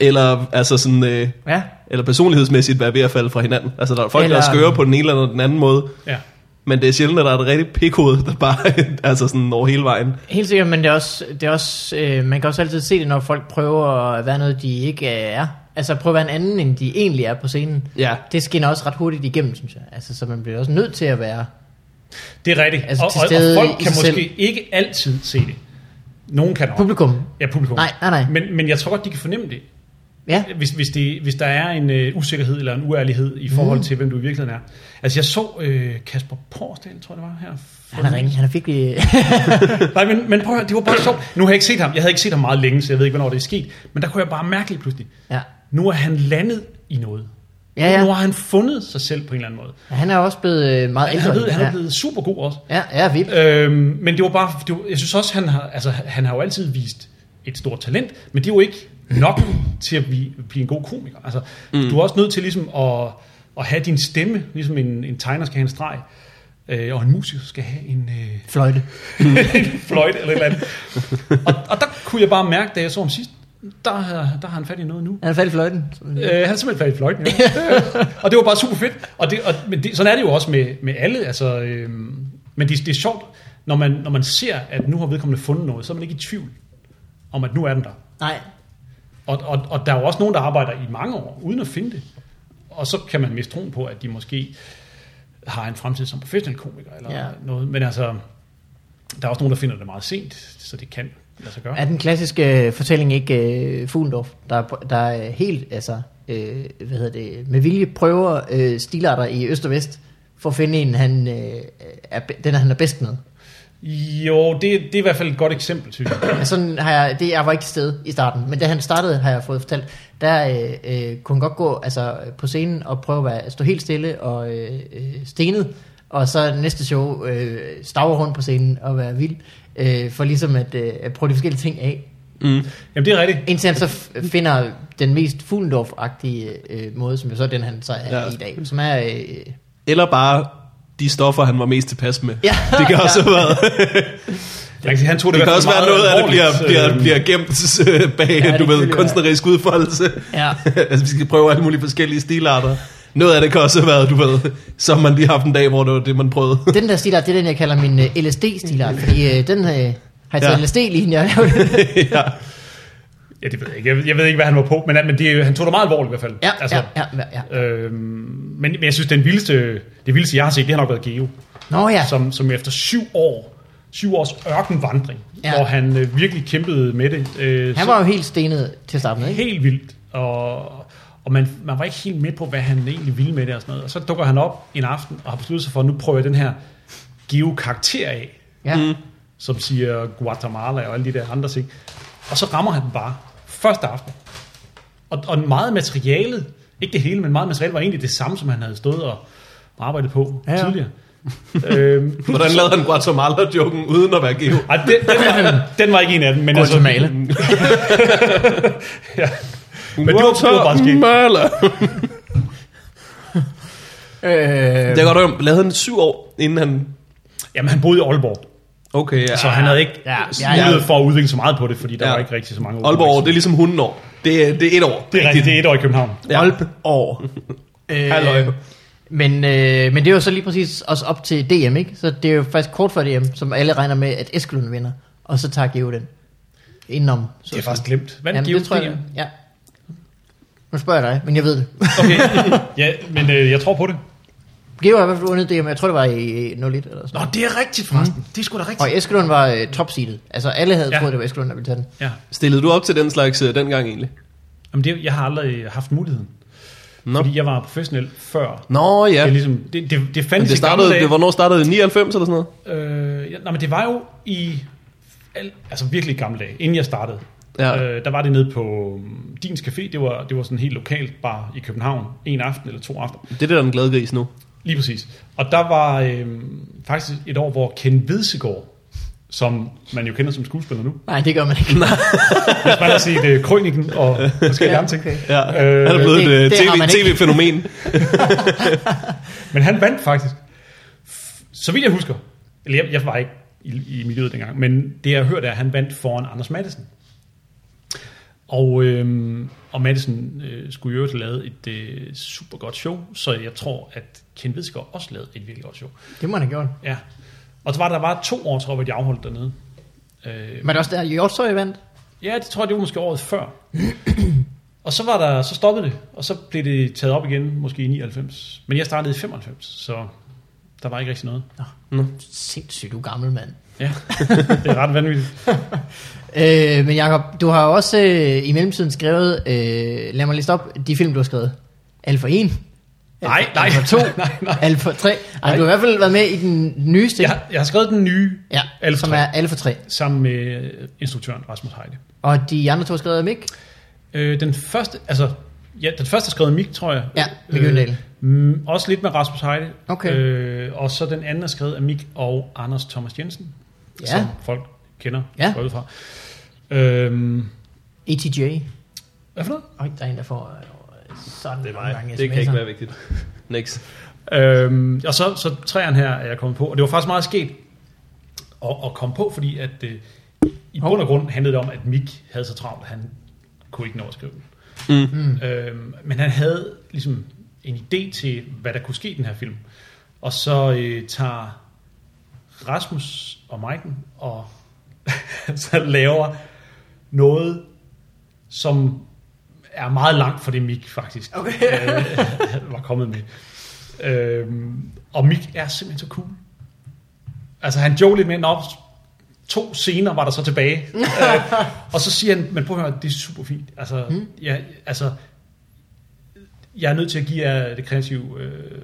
Eller, altså sådan, øh, Ja, eller personlighedsmæssigt er ved at falde fra hinanden. Altså, der er folk, eller... der Eller- er skøre på den ene eller den anden måde. Ja. Men det er sjældent, at der er et rigtigt pikhoved, der bare altså sådan over hele vejen. helt sikkert, men det er også, det er også øh, man kan også altid se det, når folk prøver at være noget, de ikke øh, er. Altså prøve at være en anden, end de egentlig er på scenen. Ja. Det skinner også ret hurtigt igennem, synes jeg. Altså, så man bliver også nødt til at være... Det er rigtigt. Altså, Altså, til og, og, stede og i folk kan sig måske selv. selv. ikke altid se det. Nogen kan nok. Publikum. Ja, publikum. Nej, nej, nej. Men, men jeg tror godt, de kan fornemme det, Ja, hvis, hvis, det, hvis der er en øh, usikkerhed eller en uærlighed i Mm. forhold til, hvem du i virkeligheden er. Altså, jeg så øh, Kasper Porsdal, tror jeg det var, her. for han er nylig. ringe, han er virkelig... Nej, men, men prøv at høre, det var bare sjovt. Nu har jeg ikke set ham. Jeg havde ikke set ham meget længe, så jeg ved ikke, hvornår det er sket. Men der kunne jeg bare mærke lige pludselig. ja. Nu er han landet i noget. Ja, ja. Nu har han fundet sig selv på en eller anden måde. Han er også blevet øh, meget Han ældre. er blevet, han ja. er blevet super god også. Ja, ja, vildt. Øhm, men det var bare, det var, jeg synes også, han har, altså, han har jo altid vist et stort talent, men det er jo ikke nok til at blive, blive en god komiker. Altså, mm. Du er også nødt til ligesom at, at have din stemme, ligesom en, en tegner skal have en streg, øh, og en musiker skal have en, øh, Fløjte. en fløjte eller et eller andet. Og, og der kunne jeg bare mærke, da jeg så ham sidst, der, har- der har han fat i noget nu. Han er faldet i fløjten. Øh, han er simpelthen faldet i fløjten, ja. og det var bare super fedt. Og det, og, men det, sådan er det jo også med, med alle. Altså, øhm, men det, det er sjovt, når man, når man ser, at nu har vedkommende fundet noget, så er man ikke i tvivl om, at nu er den der. Nej. Og, og, og der er jo også nogen, der arbejder i mange år, uden at finde det. Og så kan man miste troen på, at de måske har en fremtid som professionel komiker eller Ja. ja. noget. Men altså, der er også nogen, der finder det meget sent, så det kan lade sig gøre. Er den klassiske øh, fortælling ikke øh, Fuglendorf, der, er- der er helt, altså, øh, hvad hedder det, med vilje prøver øh, stilarter i øst og vest, for at finde en, han, øh, er, be- den, han er bedst med. Jo, det, det er i hvert fald et godt eksempel, synes jeg. Ja, sådan har jeg, det, jeg var ikke til stede i starten, men da han startede, har jeg fået fortalt, der øh, øh, kunne han godt gå altså, på scenen og prøve at være, stå helt stille og øh, øh, stenet, og så næste show øh, stavre rundt på scenen og være vild, øh, for ligesom at, øh, at prøve de forskellige ting af. Mm. Jamen, det er rigtigt. Indtil han så f- finder den mest Fuglendorf-agtige øh, måde, som jo så er den, han så er ja. Ja. i dag, som er... Øh, Eller bare de stoffer, han var mest tilpas med. Ja. Det kan også Ja. have været. Man kan sige, han tog det, Det i kan hvert også fald være noget af det bliver, meget bliver, alvorligt, øhm, bliver gemt øh, bag, Ja, ja, det du kan ved, det kunstnerisk udfoldelse. Ja. altså, vi skal prøve alle mulige forskellige stilarter. Noget af det kan også have været, du ved, så har man lige haft en dag, hvor det var det, man prøvede. den der stilart, det er den, jeg kalder min øh, LSD-stilart, fordi øh, den øh, har jeg taget Ja. LSD-linjen, jeg har lavet ja. øh, Ja, det ved jeg ikke. Jeg, ved- jeg ved ikke, hvad han var på, men, men det, er jo- han tog det meget alvorligt i hvert fald. Ja, altså, ja, ja, ja. Øhm, men, men jeg synes, den vildeste, det vildeste, jeg har set, det har nok været Geo, Nå ja, som, som efter syv år, syv års ørkenvandring, Ja. ja. hvor han øh, virkelig kæmpede med det. Øh, han så var jo helt stenet til at starte med, ikke? helt vildt, og, og man, man var ikke helt med på, hvad han egentlig ville med det og sådan noget. Og så dukker han op en aften og har besluttet sig for, at nu prøver jeg den her Geo-karakter af. Ja. Mm. som siger Guatemala og alle de der andre ting. Og så rammer han den bare første aften. Og, og meget af materialet, ikke det hele, men meget af materialet var egentlig det samme, som han havde stået og arbejdet på Ja, ja. ja. tidligere. øhm, Hvordan lavede han Guatemala-joken uden at være geo? Ej, den, den, var, den var ikke en af dem. Men altså, Guatemala. ja. Men det var, det var bare skægt. skægt. Øh, Det er godt, at lavede han syv år, inden han... Jamen, han boede i Aalborg, Okay, ja. så han havde ikke Ja, ja, ja, ja, ja. mulighed for at udvikle så meget på det, fordi der Ja. ja. var ikke rigtig så mange Aalborg, det er ligesom hundenår. Det er, det er et år. det er rigtigt, det er et år i København. Ja. Aalborg. Øh, Halløj. Men, øh, men det er jo så lige præcis også op til DM, ikke? Så det er jo faktisk kort før DM, som alle regner med, at Eskelund vinder. Og så tager Geo den. Indenom. Så Det er faktisk glemt. Hvad er Jamen, det, Geo det tror jeg, Steam? ja. Nu spørger jeg dig, men jeg ved det. Okay. ja, men øh, jeg tror på det. Geo har i hvert fald vundet DM, jeg tror det var i 01 eller sådan noget. det er rigtigt, forresten. Mm. Det er sgu da Og Eskelund var øh, topseedet. Altså alle havde ja. Ja. troet, det var Eskelund, der ville tage den. Ja. Stillede du op til den slags uh, dengang egentlig? Jamen, det, jeg har aldrig haft muligheden. Nå. Fordi jeg var professionel før. Nå ja. Det, er ligesom, det, det, det Men fandtes det i gamle startede, dage. det, hvornår startede det? 99 eller sådan noget? Øh, ja, nej, men det var jo i al, altså virkelig gamle dage, inden jeg startede. Ja. Øh, der var det nede på mm, Dins Café, det var, det var sådan helt lokalt bar i København, en aften eller to aften, Det er det, der er den glade gris nu. lige præcis. Og der var øh, faktisk et år, hvor Ken Vedsegaard, som man jo kender som skuespiller nu, Nej, det gør man ikke. hvis man har set øh, Krøniken og forskellige Ja, ja, andre ting. okay. Ja. Øh, han er blevet det- et det har man uh, ikke. tv-fænomen. Men han vandt faktisk. F- Så vidt jeg husker, eller jeg, jeg var ikke i, i miljøet dengang, men det jeg har hørt er, at han vandt foran Anders Madsen. Og, øhm, og Madsen øh, skulle jo øvrigt have lavet et øh, super godt show, så jeg tror, at Ken Vidsgaard også lavede et virkelig godt show. Det må han have gjort. Ja. Og så var der bare to år, tror jeg, hvor de afholdt dernede. Øh, Men det er også der, Hjortøj vandt. Ja, det tror jeg, det var måske året før. og så var der, så stoppede det, og så blev det taget op igen, måske i 99. Men jeg startede i 95, så der var ikke rigtig noget. Sindssygt, du er gammel mand. Ja, det er ret vanvittigt. Øh, men Jacob, du har jo også øh, i mellemtiden skrevet, øh, lad mig liste op, de film, du har skrevet. Alfa 1. Nej, nej. Alfa 2. Nej, nej. Alfa 3. Ej, du har i hvert fald været med i den nyeste. Jeg, har- jeg har skrevet den nye ja Alfa som 3. er Alfa 3. sammen med øh, instruktøren Rasmus Heide. Og de andre to har skrevet af Mick. Øh, den første, altså, ja, den første er skrevet af Mik, tror jeg. Ja, Mick Øgendahl. mm, også lidt med Rasmus Heide. Okay. Øh, og så den anden er skrevet af Mik og Anders Thomas Jensen, Ja. som folk kender Ja. går jeg ud fra. Øhm, ETJ. hvad for noget? Øj, der er en, der får øh, sådan det mange sms'er. Det kan ikke være vigtigt. Next. Øhm, og så, så træerne her er jeg kommet på, og det var faktisk meget sket at, at komme på, fordi at øh, i bund og grund handlede det om, at Mik havde så travlt, at han kunne ikke nå at skrive den. Mm. Øhm, men han havde ligesom en idé til, hvad der kunne ske i den her film. Og så øh, tager Rasmus og Maiken og så laver noget, som er meget langt fra det Mik faktisk okay. øh, var kommet med. Øhm, og Mik er simpelthen så cool. Altså han joker lidt med, op to scener var der så tilbage. øh, og så siger han, men prøv at høre, det er super fint. Altså, Hmm? mm. jeg, altså, jeg er nødt til at give jer det kreative øh,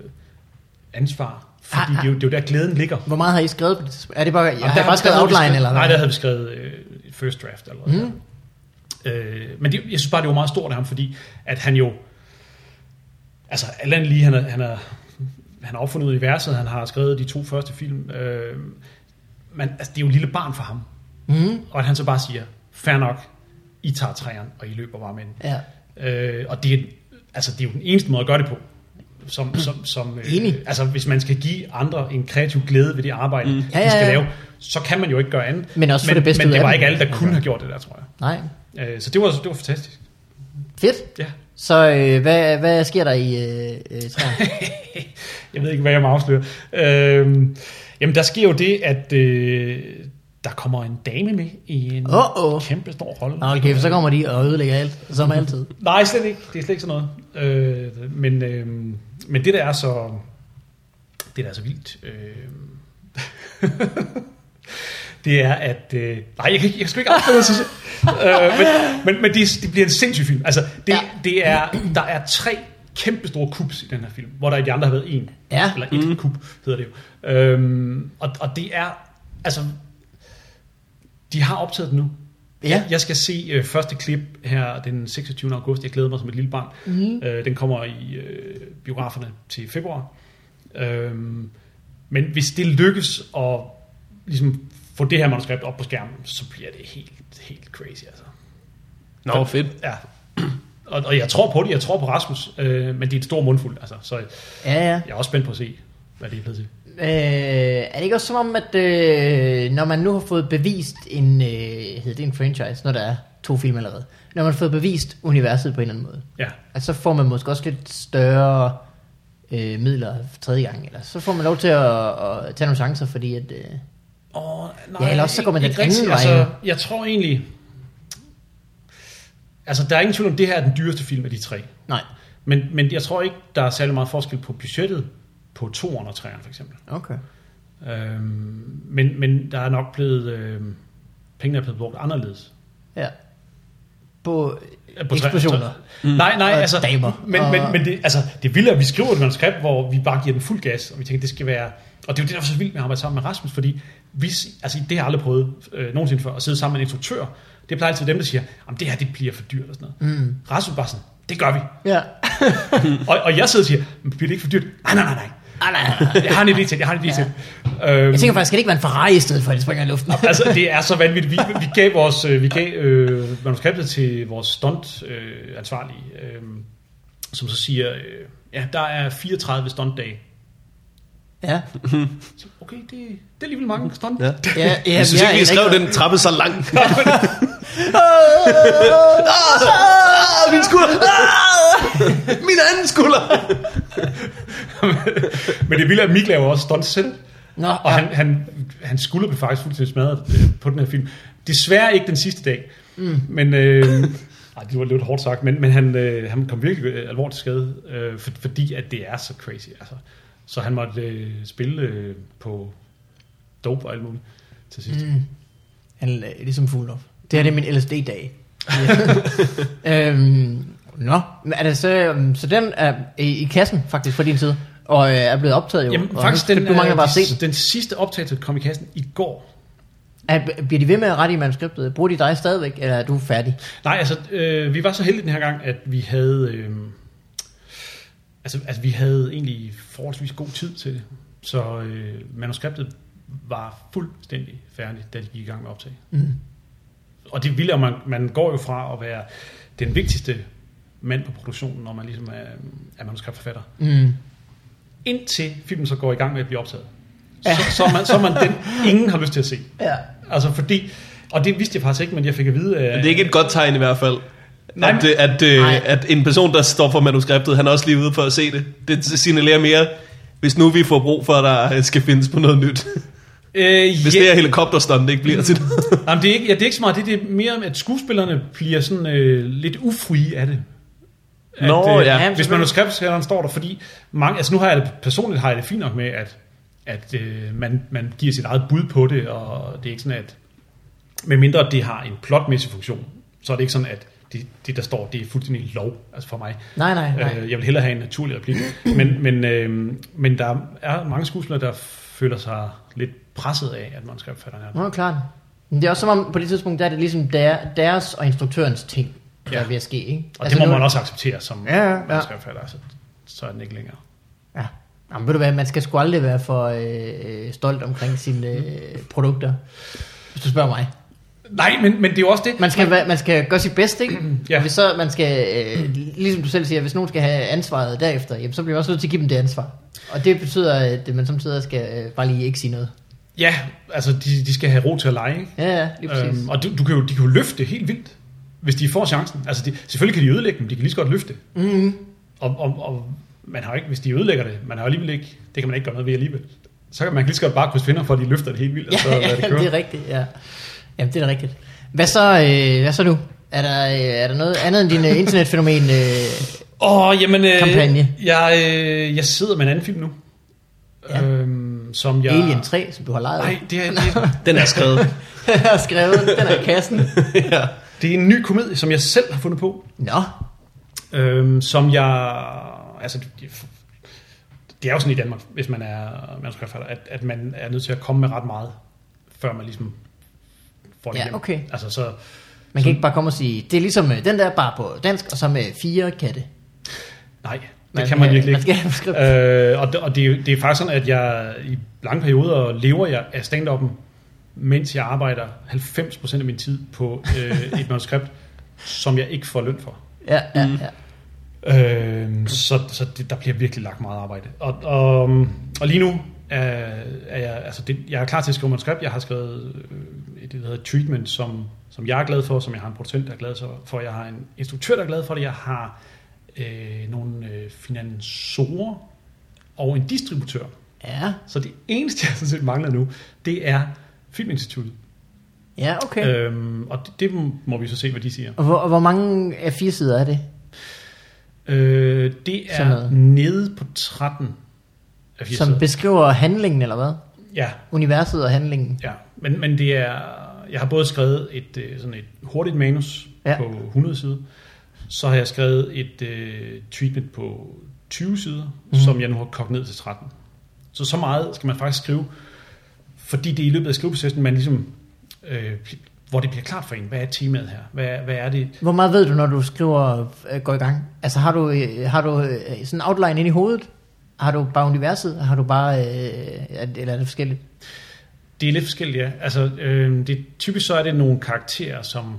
ansvar, fordi Ah, det, er jo, det er jo der glæden ligger. Hvor meget har I skrevet på det tidspunkt? Er det bare, jeg Jamen, har jeg der- bare skrevet der havde vi outline, eller Nej, hvad? der havde vi skrevet øh, first draft. Eller mm. øh, men det, jeg synes bare, det var meget stort af ham, fordi at han jo... Altså, alt andet lige, han er, han er, han er opfundet universet, han har skrevet de to første film. Øh, men altså, det er jo et lille barn for ham. Mm. Og at han så bare siger, fair nok, I tager træerne, og I løber bare med den. Ja. Øh, og det er, altså, det er jo den eneste måde at gøre det på. Som, som, som, øh, Enig. Altså, hvis man skal give andre en kreativ glæde ved det arbejde, mm. Ja, ja, ja, de skal ja. lave, så kan man jo ikke gøre andet. Men også få men, det bedste Men ud det af var det. ikke alle, der kunne have gjort det der, tror jeg. Nej. Øh, så det var, det var fantastisk. Fedt. Ja. Så øh, hvad, hvad sker der i øh, øh, træerne? Jeg ved ikke, hvad jeg må afsløre. Øh, jamen, der sker jo det, at øh, der kommer en dame med i en Uh-oh. kæmpe stor rolle. Nå, okay, for så kommer de og ødelægger alt, som altid. Nej, slet ikke. Det er slet ikke sådan noget. Øh, men, øh, men det, der er så... Det, der er så vildt... Øh, det er, at... Øh, nej, jeg kan, ikke, jeg skal ikke afsløre det, synes jeg. Øh, men men, men det, det bliver en sindssyg film. Altså, det, Ja. ja. det er, der er tre kæmpe store kubs i den her film, hvor der i de andre har været en. Ja. Eller et mm. kub, hedder det jo. Øhm, og, og det er... Altså, de har optaget den nu. Ja. Jeg, jeg skal se øh, første klip her den 26. august. Jeg glæder mig som et lille barn. Mm. Øh, den kommer i øh, biograferne til februar. Øhm, men hvis det lykkes at ligesom, få det her manuskript op på skærmen, så bliver det helt, helt crazy. Altså. Nå, fedt. Ja. og, og jeg tror på det, jeg tror på Rasmus, øh, men det er et stort mundfuld, altså, så Ja, ja. jeg er også spændt på at se, hvad det er blevet til. Øh, er det ikke også som om, at øh, når man nu har fået bevist en, øh, hedder det en franchise, når der er to film allerede, når man har fået bevist universet på en eller anden måde, Ja, altså, så får man måske også lidt større øh, midler for tredje gang, eller så får man lov til at, at tage nogle chancer, fordi at... Øh, Åh, Ja, eller også så går man ikke den anden rigtigt. vej, Altså, jo. jeg tror egentlig... Altså, der er ingen tvivl om, at det her er den dyreste film af de tre. nej, Men, men jeg tror ikke, der er særlig meget forskel på budgettet på 2'eren og 3'eren, for eksempel. okay. Øhm, men, men der er nok blevet... Øhm, pengene er blevet brugt anderledes. Ja. På Ja, tre- eksplosioner. tre- Mm. Nej, nej, Og altså... damer. Men, Og- men, men det, altså, det vilde er, at vi skriver et manuskript, hvor vi bare giver den fuld gas, og vi tænker, det skal være... Og det er jo det, der er så vildt med at arbejde sammen med Rasmus, fordi vi, s- altså, det har jeg aldrig prøvet øh, nogensinde før, at sidde sammen med en instruktør. Det plejer altid dem, der siger, at det her det bliver for dyrt og sådan noget. Mm. Rasmus bare sådan, det gør vi. Ja. og, og jeg sidder og siger, "Men bliver det ikke for dyrt? Nej, nej, nej, nej. Ah, nej, nej, nej. Jeg har en idé til, jeg har en idé til. Øhm, Jeg tænker faktisk, skal det ikke være en Ferrari i stedet for, at det springer i luften? altså, det er så vanvittigt. Vi, vi gav, vores, øh, vi gav øh, manuskriptet til vores stunt øh, ansvarlige, øh, som så siger, øh, ja, der er 34 stuntdage. ja. Så, Okay, det, det er alligevel mange stunt. Ja. Ja. Ja, ja, Jeg synes ja, ikke, vi Erik- skrev den trappe så langt. Ah, Min skulder! Ah, Min anden skulder! Men det vilde er, at Mik laver også stunt selv. Nå, Og han, han, han skulle blive faktisk fuldstændig smadret øh, på den her film. Desværre ikke den sidste dag. Mm. Men, øh, ej, det var lidt hårdt sagt, men, men han, øh, han kom virkelig øh, alvorligt til skade, øh, for, fordi at det er så crazy. Altså. Så han måtte øh, spille øh, på dope og alt muligt til sidst. Mm. Han er ligesom Fuglendorf. Det her det er min LSD-dag. øhm, nå, men er det så, øhm, så den er i, i kassen faktisk fra din side, og øh, er blevet optaget jo. Jamen, og faktisk, nu- den, du mangler øh, bare at se den. de- den sidste optagelse kom i kassen i går. Er, bliver de ved med at rette i manuskriptet? Bruger de dig stadigvæk, eller er du færdig? Nej, altså, øh, vi var så heldige den her gang, at vi havde... Øh, altså, altså, vi havde egentlig forholdsvis god tid til det. Så øh, manuskriptet var fuldstændig færdigt, da de gik i gang med optag. Mm. Og det ville, at man, man går jo fra at være den vigtigste mand på produktionen, når man ligesom er, er manuskriptforfatter, Mm. indtil filmen så går i gang med at blive optaget. Ja. Så, så, er man, så er man den, ingen har lyst til at se. Ja. Altså fordi, og det vidste jeg faktisk ikke, men jeg fik at vide... Men det er ikke et godt tegn i hvert fald. Nej, At, øh, at, øh, Nej. at en person, der står for manuskriptet, han er også lige ude for at se det. Det signalerer mere, hvis nu vi får brug for, at der øh, skal findes på noget nyt. Øh, Hvis ja. det her helikopterstunt ikke bliver til noget. Jamen, det er ikke, ja, det er ikke så meget det, det er mere, at skuespillerne bliver sådan øh, lidt ufrie af det. øh, Nå, ja. Jamen, Hvis selvfølgelig. manuskriptskriveren står der, fordi mange, altså nu har jeg det, personligt har jeg det fint nok med, at, at øh, man, man giver sit eget bud på det, og det er ikke sådan, at medmindre det har en plotmæssig funktion, så er det ikke sådan, at det, det der står, det er fuldstændig lov, altså for mig. Nej, nej, nej. Øh, jeg vil hellere have en naturlig replik. Men, men, øh, men der er mange skuespillere, der føler sig lidt presset af, at manuskriptforfatteren er der. Nå, klart. Men det er også som om, på det tidspunkt, der er det ligesom der, deres og instruktørens ting, der Ja. er ved at ske, ikke? Og altså, det må nu- man også acceptere som Ja, ja, ja. manuskriptforfatter, altså, så er den ikke længere. Ja. Jamen, ved du hvad, man skal sgu aldrig være for øh, øh, stolt omkring sine øh, produkter, hvis du spørger mig. Nej, men, men det er jo også det. Man skal, være- man skal gøre sit bedste, ikke? Mm-hmm. Ja. ja. Hvis så man skal, øh, ligesom du selv siger, hvis nogen skal have ansvaret derefter, jamen, så bliver man også nødt til at give dem det ansvar. Og det betyder, at man samtidig skal øh, bare lige ikke sige noget. Ja, altså de, de skal have ro til at lege. Ikke? Ja, ja, lige præcis. Øhm, og du, du kan jo, de kan jo løfte det helt vildt, hvis de får chancen. Altså de, selvfølgelig kan de ødelægge dem, de kan lige så godt løfte. Mm-hmm. Og, og, og man har jo ikke, hvis de ødelægger det, man har jo alligevel ikke, det kan man ikke gøre noget ved alligevel. Så kan man lige så godt bare krydse fingre for, at de løfter det helt vildt, og så ja, lader det ja, køre. det er rigtigt, ja. Jamen, det er da rigtigt. Hvad så, øh, hvad så nu? Er der, øh, er der noget andet end din øh, internetfænomen? Øh, Åh, oh, jamen... Øh, Kampagne. Jeg, øh, jeg sidder med en anden film nu. Ja. Ja. Øhm, som jeg... Alien 3, som du har lejet. Nej, det er, det er, Den er skrevet. jeg har skrevet, den er i kassen. ja. det er en ny komedie, som jeg selv har fundet på. Nå, øhm, som jeg... Altså, det, det er jo sådan i Danmark, hvis man er manuskriptforfatter, at, at man er nødt til at komme med ret meget, før man ligesom får det Ja, igennem. okay. Altså, så, man kan ikke bare komme og sige, det er ligesom øh, den der, bare på dansk, og så med fire katte. nej, det Man- kan man øh, virkelig man skal ikke. have manuskript. øh, og det, og det, er jo- det er faktisk sådan, at jeg i lange perioder lever jeg af stand-up'en, mens jeg arbejder 90% af min tid på øh, et manuskript, som jeg ikke får løn for. Ja, ja, ja. Øh, så så det, der bliver virkelig lagt meget arbejde. Og, og, og lige nu er, er jeg, altså det, jeg er klar til at skrive manuskript. Jeg har skrevet øh, et, det hedder et treatment, som, som jeg er glad for, som jeg har en producent, der er glad for. Jeg har en instruktør, der er glad for det. Jeg har øh, nogle øh, finansorer og en distributør. Ja, Så det eneste, jeg sådan set mangler nu, det er Filminstituttet. ja okay. Øh. Øhm, og det, det må vi så se, hvad de siger. Og hvor, og hvor mange af fire sider er det? Øh, det Sådan er noget. nede på 13 af 80 Som sider. beskriver handlingen, eller hvad? Ja, Universet og handlingen. ja. Men, men det er... Jeg har både skrevet et, øh, sådan et hurtigt manus ja. Ja. på 100 sider, så har jeg skrevet et øh, treatment på 20 sider, mm. som jeg nu har kogt ned til 13. Så så meget skal man faktisk skrive, fordi det er i løbet af skriveprocessen, man ligesom, øh, hvor det bliver klart for en, hvad er temaet her? Hvad, er- hvad er det, Hvor meget ved du, når du skriver øh, går i gang? Altså har du, øh, har du øh, sådan en outline ind i hovedet? Har du bare universet? Har du bare... Øh, er- eller er det forskelligt? Det er lidt forskelligt, ja. Altså, øh, det, typisk så er det nogle karakterer, som...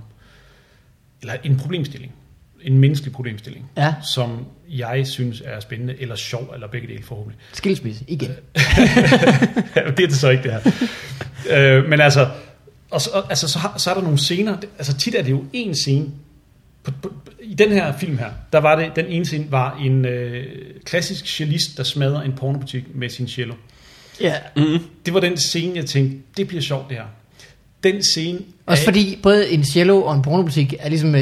Eller en problemstilling. En menneskelig problemstilling. Ja. Som jeg synes er spændende, eller sjov, eller begge dele forhåbentlig. Skilsmisse igen. det er det så ikke, det her. øh, men altså, og så, og- altså så, har, så er der nogle scener. Altså tit er det jo en scene. På, på, I den her film her, der var det, den ene scene var en øh, klassisk cellist, der smadrer en pornobutik med sin cello. Ja. Mhm. Det var den scene, jeg tænkte, det bliver sjovt det her. Den scene... Også er- fordi både en cello og en pornobutik er ligesom... Øh,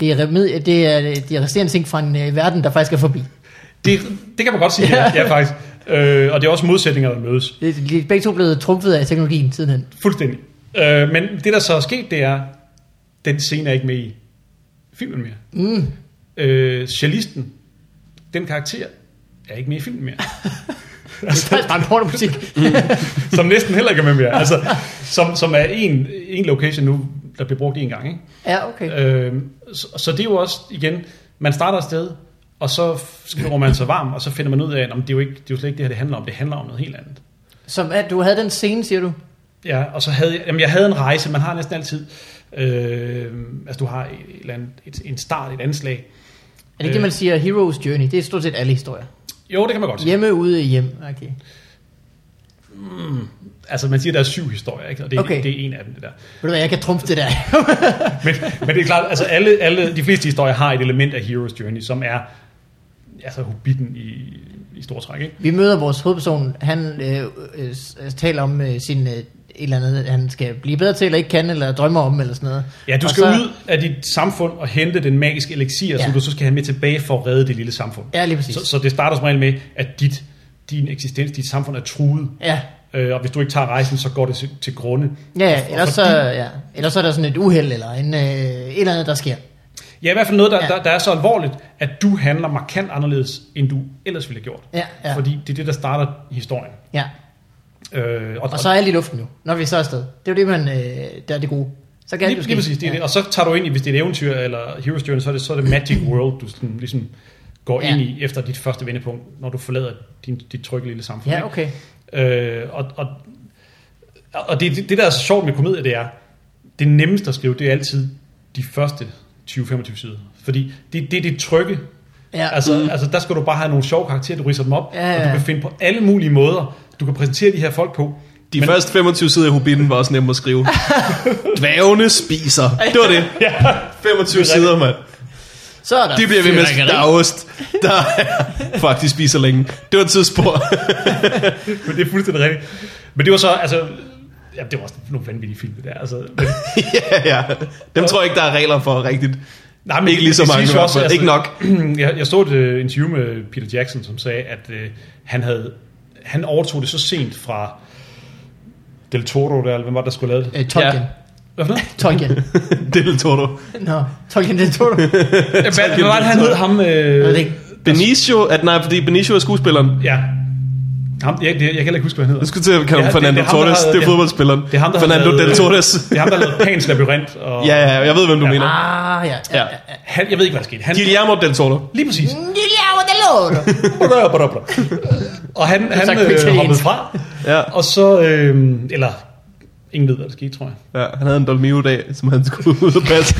det er, remed, det er øh, de resterende ting fra en øh, verden, der faktisk er forbi. Det, det kan man godt sige, ja, ja faktisk. Øh, og det er også modsætninger, der mødes. Det- De er begge to blevet trumfet af teknologien sidenhen. Fuldstændig. Øh, men det, der så er sket, det er, den scene er ikke med i filmen mere. Mm. Øh, cellisten, den karakter, er ikke med i filmen mere. Altså- Det er faktisk bare en pornobutik. som næsten heller ikke er med mere. Altså, som, som er en, en location nu, der bliver brugt én gang. Ikke? Ja, okay. Øh, så, så det er jo også, igen, man starter et sted, og så skriver man sig varm, og så finder man ud af, at "Nå, men det er, jo ikke, det er jo slet ikke det her, det handler om. Det handler om noget helt andet. Som at du havde den scene, siger du? Ja, og så havde jeg, jamen jeg havde en rejse, man har næsten altid, øh, altså du har et, et eller andet, et, en start, et anslag. Er det ikke det, Øh. man siger Hero's Journey? Det er stort set alle historier. Jo, det kan man godt sige. Hjemme, ude, hjem. Okay. Altså man siger, der er syv historier, ikke? og det er, okay. Okay. det er en af dem, det der. Ved du hvad, jeg kan trumfe det der. Men, men det er klart, altså alle, alle, de fleste historier har et element af Hero's Journey, som er altså hobbiten i, i stor træk, ikke? Vi møder vores hovedperson. Han øh, øh, s- øh, taler om øh, sin... Øh, et eller andet, han skal blive bedre til, eller ikke kan, eller drømmer om, eller sådan noget. Ja, du Og skal så, så... ud af dit samfund og hente den magiske elixir, ja. Ja. som du så skal have med tilbage for at redde det lille samfund. Ja, lige præcis. Så, så det starter som regel med, at dit, din eksistens, dit samfund er truet. Ja, Øh, og hvis du ikke tager rejsen, så går det til, til grunde. ja, Og- ja, og ellers, så, fordi- ja. ellers så er der sådan et uheld, eller en, øh, et eller andet, der sker. Ja, i hvert fald noget, der, ja. Ja. der, der er så alvorligt, at du handler markant anderledes, end du ellers ville have gjort. Ja, ja. Fordi det er det, der starter historien. Ja. Øh, Og så er alt i luften nu, når vi så er afsted. Det er jo det, man, øh, der er det gode. Så kan lige, jo ske. lige præcis, det er ja. det. Og så tager du ind i, hvis det er et eventyr eller Hero's Journey, så er det, så er det Magic World, du sådan, ligesom går ja. Ja. ind i efter dit første vendepunkt, når du forlader din, dit trygge lille samfund. Ja, ikke? okay. Øh, og og, og det, det, det, der er så sjovt med komedier, det er, det nemmeste at skrive, det er altid de første 20-25 sider. Fordi det, det er det trygge. Ja. Altså, mm. altså, der skal du bare have nogle sjove karakterer, du ridser dem op, Ja, ja, og du ja. kan finde på alle mulige måder, du kan præsentere de her folk på. De Men... første 25 sider i Hobbiten var også nemme at skrive. Dvævne spiser. Det var det. Ja. 25 sider, mand. Så er der Det bliver ved med. fyrværkeri. Der er ost. Der er faktisk spiser længe. Det var et tidsspor. Men det er fuldstændig rigtigt. Men det var så, altså... Ja, det var også nogle vanvittige film, det der. Altså, men, ja, ja. Dem tror jeg ikke, der er regler for rigtigt. nej, Ikke lige så mange synes i jeg altså, hvert fald. Ikke Jeg, jeg så et uh, interview med Peter Jackson, som sagde, at uh, han havde han overtog det så sent fra Del Toro, der, eller hvem var det, der skulle lave det? Øh, Tolkien. Ja. Ja. Hvad for noget? Tolkien. Del Toro. Nå, Tolkien, det tog du. Hvad, hvad var det, han hed? Ham, Jeg ved øh, det ikke. Benicio, at nej, fordi Benicio er skuespilleren. Ja. Ham, jeg, jeg, jeg kan heller ikke huske, hvad han hedder. Jeg skulle til at kalde Ja, ja, det- Fernando det er ham, der Torres. har- det er ja. fodboldspilleren. Det er ham, der har Fernando lavet- Del Torres. Det er ham, der lavede Pans Labyrinth. Og ja, ja, jeg ved, hvem du Ja. ja. mener. Ah, ja. ja, Ja. ja. ja. Han, jeg ved ikke, hvad der skete. Han, Guillermo Del Toro. lige præcis. Guillermo del Oro. og han, han sagt på øh, italiensk. hoppede fra. Ja. Og så, øh, eller Ingen ved, hvad der skete, tror jeg. Ja, han havde en Dolmio-dag, som han skulle ud og passe.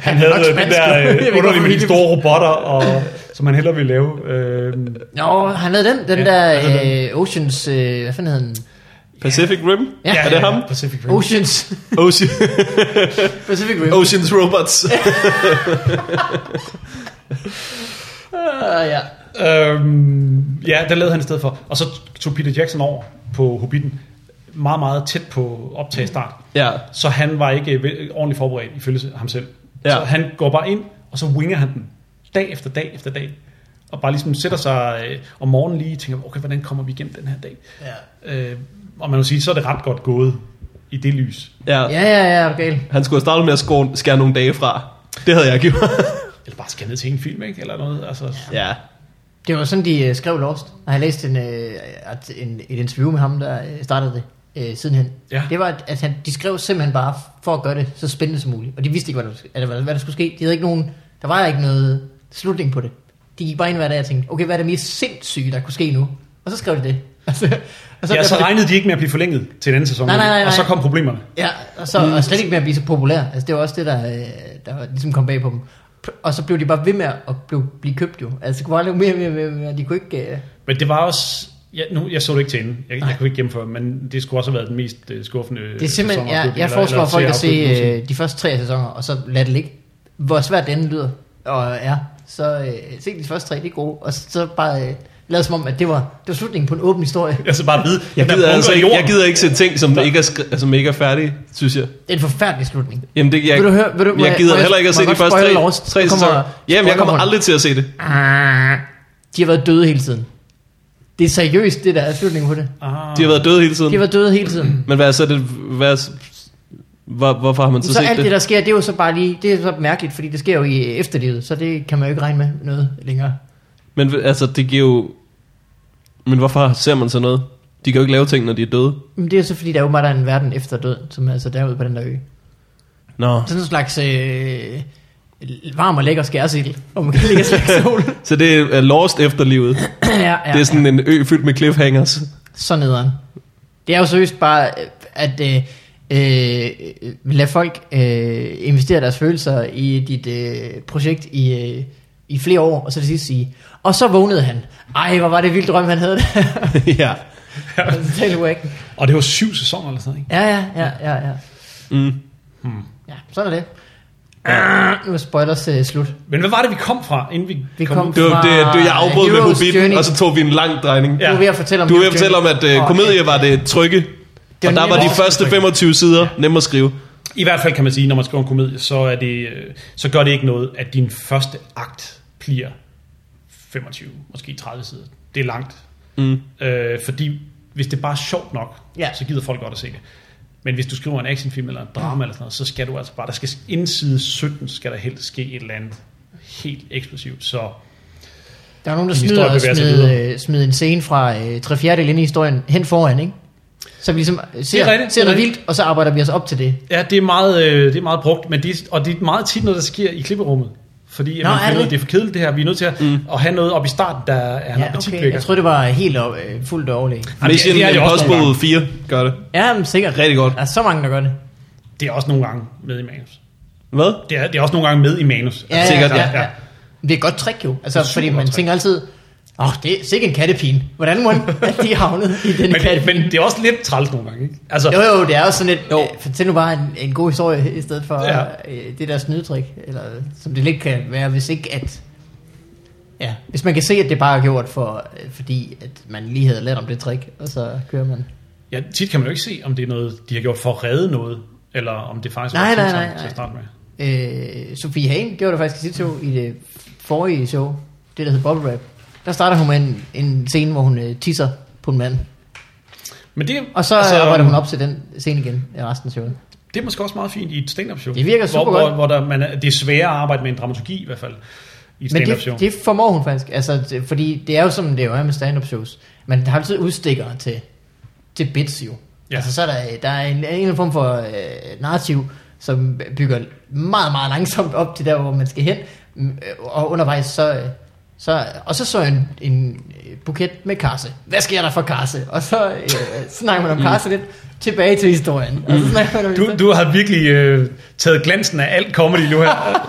Han havde nok øh, den spansk, jo. Jeg ved der ikke, øh, underlige hvorfor med de det- store robotter, og, som han hellere ville lave. Øh, Nå, han havde den, den Ja, der han havde øh, Oceans, øh, hvad fanden hed den? Pacific Rim? Ja. er det ham? Pacific Oh, Rim. Oceans, Ocean, Pacific Rim. Ocean's Robots. Uh, ja. Øhm, ja, den lavede han i stedet for. Og så tog Peter Jackson over på Hobbiten. Meget, meget tæt på optagestart. ja, Så han var ikke øh, vel- ordentligt forberedt ifølge ham selv. Ja. Ja. Så han går bare ind, og så winger han den dag efter dag efter dag. Og bare ligesom sætter sig øh, om morgenen lige og tænker, okay, hvordan kommer vi igennem den her dag? Ja. Øh, og man må sige, så er det ret godt gået i det lys. ja. ja, ja, ja, er du gal? Han skulle have startet med at skåre, skære nogle dage fra. Det havde jeg gjort. Eller bare skal ned til en film, ikke? Eller noget. Altså, ja. ja. Det var sådan, de øh, skrev Lost. Og jeg læste en, øh, at en, et interview med ham, der øh, startede det øh, sidenhen. Ja. Det var, at, at han, de skrev simpelthen bare for at gøre det så spændende som muligt. Og de vidste ikke, hvad der, eller, hvad, hvad der skulle ske. De havde ikke nogen, der var ikke noget slutning på det. De gik bare ind hver dag og tænkte, okay, hvad er det mest sindssyge, der kunne ske nu? Og så skrev de det. Altså, og ja, så derfor- regnede de ikke med at blive forlænget til en anden sæson. Nej, nej, nej, Og så nej. kom problemerne. Ja, og, så, og slet ikke med at blive så populær. Altså, det var også det, der, øh, der var- ligesom kom bag på dem. P- Og så blev de bare ved med at blive, blive købt jo. Altså, de kunne bare lave mere, mere, mere, mere. De kunne ikke... Øh... Men det var også... Ja, nu, jeg så det ikke til ende. Jeg, Nej. jeg kunne ikke gennemføre, men det skulle også have været den mest øh, skuffende Det er simpelthen... sæsonafslutning, Jeg, eller- jeg eller foreslår folk at se serieafslutning nogensinde. øh, de første tre sæsoner, og så lad det ligge. Hvor svært den lyder og er, så øh, se de første tre, det er gode. Og så bare øh, lad som om, at det var, det var slutningen på en åben historie. Jeg skal bare vide, Jeg den der gider, altså bunker i ikke, jeg jorden. gider ikke se ting, som ikke, er skri- som ikke er færdige, synes jeg. Det er en forfærdelig slutning. Jamen, det, jeg, Vil du høre- vil du- må jeg jeg- gider må jeg- heller ikke at må se jeg de godt første spoil tre, Lost? tre Der kommer sæsoner. Jamen, jeg kommer spoilerhorn. aldrig til at se det. Ah, De har været døde hele tiden. Det er seriøst, det der er slutningen på det. Ah. De har været døde hele tiden. De har været døde hele tiden. Men hvad er så det... Hvad er, s- hvor, hvorfor har man så, Så, så set alt det? det? det, der sker, det er jo så bare lige, det er så mærkeligt, fordi det sker jo i øh, efterlivet, så det kan man jo ikke regne med noget længere. Men altså, det giver jo... Men hvorfor ser man så noget? De kan jo ikke lave ting, når de er døde. Men det er så fordi, der er jo der er en verden efter døden, som er altså derude på den der ø. Nå. Sådan en slags øh, varm og lækker skærsild, om man kan ligge og slække sol. Så det er Lost efterlivet. ja, ja. Det er sådan en ø fyldt med cliffhangers. Så nederen. Det er jo seriøst bare, øh, at øh, øh, lade folk øh, investere deres følelser i dit øh, projekt i, øh, i flere år, og så til sidst sige, og så vågnede han. Ej, hvor var det vild drøm, han havde det. ja. Total wack. Og det var syv sæsoner eller sådan noget, ikke? Ja, ja, ja, ja, ja. Mm. Ja, sådan er det. Ah, Nu er spoilers uh, slut. Men hvad var det, vi kom fra, inden vi, Vi kom, ud? Det var det, det jeg afbrød med Heroes Hobbiten, Journey. og så tog vi en lang drejning. Du Ja. er ved at fortælle om Du er ved at Heroes fortælle om, Journey. at øh, Og- komedie var det trygge, og der var de nemlig første trygge. 25 sider nemme at skrive. Mm. I hvert fald kan man sige, når man skriver en komedie, så, er det, øh, så gør det ikke noget, at din første akt bliver 25, måske 30 sider. Det er langt. Mm. Øh, fordi hvis det bare er sjovt nok, Ja. ja. så gider folk godt at se det. Men hvis du skriver en actionfilm eller en drama eller sådan noget, så skal du altså bare, der skal inden side 17, skal der helst ske et eller andet helt eksplosivt. Så Der er nogen, der Din smider, historie bevæger sig smider, videre. øh, smider en scene fra øh, tre fjerdedel inde i historien hen foran, ikke? Så vi ligesom øh, ser, rigtigt, ser det er noget vildt, og så arbejder vi os op til det. Ja, det er meget, øh, det er meget brugt, men det er, og det er meget tit noget, der sker i klipperummet. Fordi Nå, Nå, man er finder, ud af, det? det er for kedeligt det her, vi er nødt til at, mm. at have noget op i starten, der er en ja, Ja, okay. Jeg tror det var helt øh, fuldt overlæg. Mission det er det også nogle Impossible gange. 4 gør det. Ja, men sikkert. Rigtig godt. Der er så mange, der gør det. Det er også nogle gange med i manus. Hvad? Det er, det er også nogle gange med i manus. Ja, Sikkert, ja, ja. ja. Det er et godt trick jo. Det er Altså, et fordi super man godt tænker altid, åh, oh, det er sikkert en kattepine. Hvordan må den, at de er havnet i den Men, kattepine? men det er også lidt træls nogle gange, ikke? Altså, Jo, jo, det er også sådan lidt, Jo. jo. fortæl nu bare en, en god historie, i stedet for Ja. ja. øh, det der snydetrik, eller øh, som det lidt kan være, hvis ikke at... Ja, hvis man kan se, at det bare er gjort, for, øh, fordi at man lige havde lært om det trick, og så kører man. ja, tit kan man jo ikke se, om det er noget, de har gjort for at redde noget, eller om det faktisk Nej, var nej, tiltrængt nej, til at nej. starte med. Øh, Sofie Hagen gjorde det faktisk i sit show, i det forrige show, det der hed Bubble Rap. Der starter hun med en, en scene, hvor hun øh, tisser på en mand, Men det, um, og så altså, arbejder hun op til den scene igen i resten af showet. Det er måske også meget fint i et stand-up show. Det virker super hvor, Hvor, godt. hvor der, man er, det er sværere at arbejde med en dramaturgi i hvert fald i et Men stand-up show. det, det formår hun faktisk. Altså, det- fordi det er jo som det jo er med stand-up shows. Man har altid udstikker til, til bits jo. Ja. Ja. Altså så er der, der er en, en eller anden form for øh, narrativ, som bygger meget, meget langsomt op til der, hvor man skal hen. Mm, øh, Og undervejs så... øh, så og så så jeg en, en øh, buket med kasse. Hvad sker der for kasse? Og så øh, snakker man om kasse lidt. Tilbage til historien. Og så snakker man om Mm. Du, historien. du har virkelig øh, taget glansen af alt comedy nu her.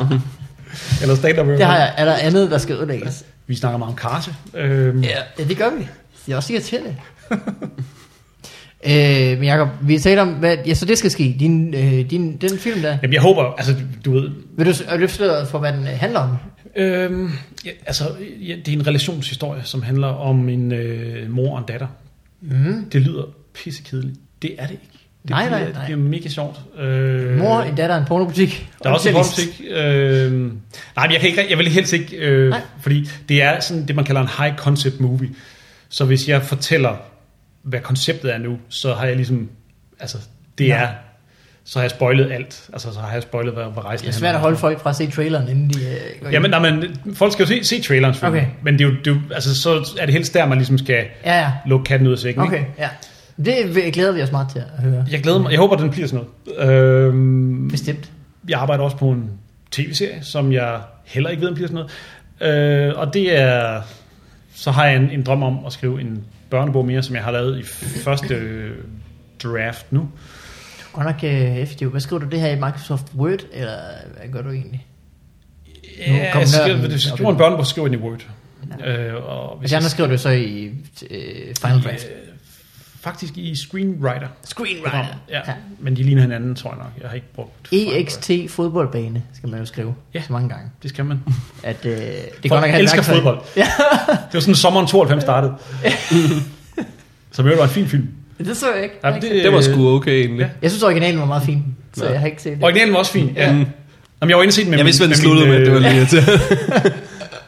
Eller stand-up. Det i hvert fald. har jeg. Er der andet, der skal ødelægges? Vi snakker meget om karse. Øhm, Ja, ja det gør vi. Det er også irriterende. øh, men Jacob, vi taler om, hvad, ja, så det skal ske. Din, øh, din, den film der. Jamen, jeg håber, altså, du ved... Vil du s- øh, løfte sløret for, hvad den øh, handler om? Øhm, ja, altså, ja, det er en relationshistorie, som handler om en øh, mor og en datter. Mm. Det lyder pissekedeligt. Det er det ikke. Det Mhm. Nej, bliver, nej, nej. Det er mega sjovt. Øh, Mor, en datter, en pornobutik. Der er og også en cellist. popmusik. Øh, nej, men jeg, kan ikke, jeg vil helst ikke, øh, Nej. fordi det er sådan det, man kalder en high concept movie. Så hvis jeg fortæller, hvad konceptet er nu, så har jeg ligesom, altså det er, så har jeg spoilet alt. Altså så har jeg spoilet, hvad, hvad rejsen Det er handler svært at om. holde folk fra at se traileren, inden de øh, går ind. Jamen, nej, men folk skal jo se, se traileren selvfølgelig. Okay. Men det er jo, det er jo, altså, så er det helst der, man ligesom skal Ja, ja. lukke katten ud af sækken. Okay, Ikke? ja. Det vil- glæder vi os meget til at høre. Jeg glæder mig. Jeg håber, den bliver sådan noget. Øhm, Bestemt. jeg arbejder også på en tv-serie, som jeg heller ikke ved, om bliver sådan noget. Øh, og det er... Så har jeg en, en drøm om at skrive en børnebog mere, som jeg har lavet i første øh, draft nu. Du er godt nok øh, effektiv. Hvad skriver du det her i Microsoft Word, eller hvad gør du egentlig? Ja, kom jeg skriver, nørden hvis jeg op skriver i- en børnebog, skriver jeg den i Word. Øh, og Hvis andre Altså, skriver du så i øh, Final Draft. øh, Faktisk i Screenwriter. Screenwriter. Ja, ja. Men de ligner hinanden, tror jeg nok. Jeg har ikke brugt... EXT E fodboldbane, skal man jo skrive Ja. så mange gange. Det skal man. At, øh, det Folk godt nok er et elsker værktøj. fodbold. Ja, Det var sådan, sommeren 92 startede. Som jo var en fin film. det så jeg ikke. Ja, men Det var sgu okay egentlig. Øh, ja. Jeg synes originalen var meget fin, så Ja. jeg har ikke set det. Originalen var også fin, ja. Mm. Mm. Jamen, jeg var inde og set den med Jeg min- vidste, hvad det min, sluttede med. øh, Det var lige til.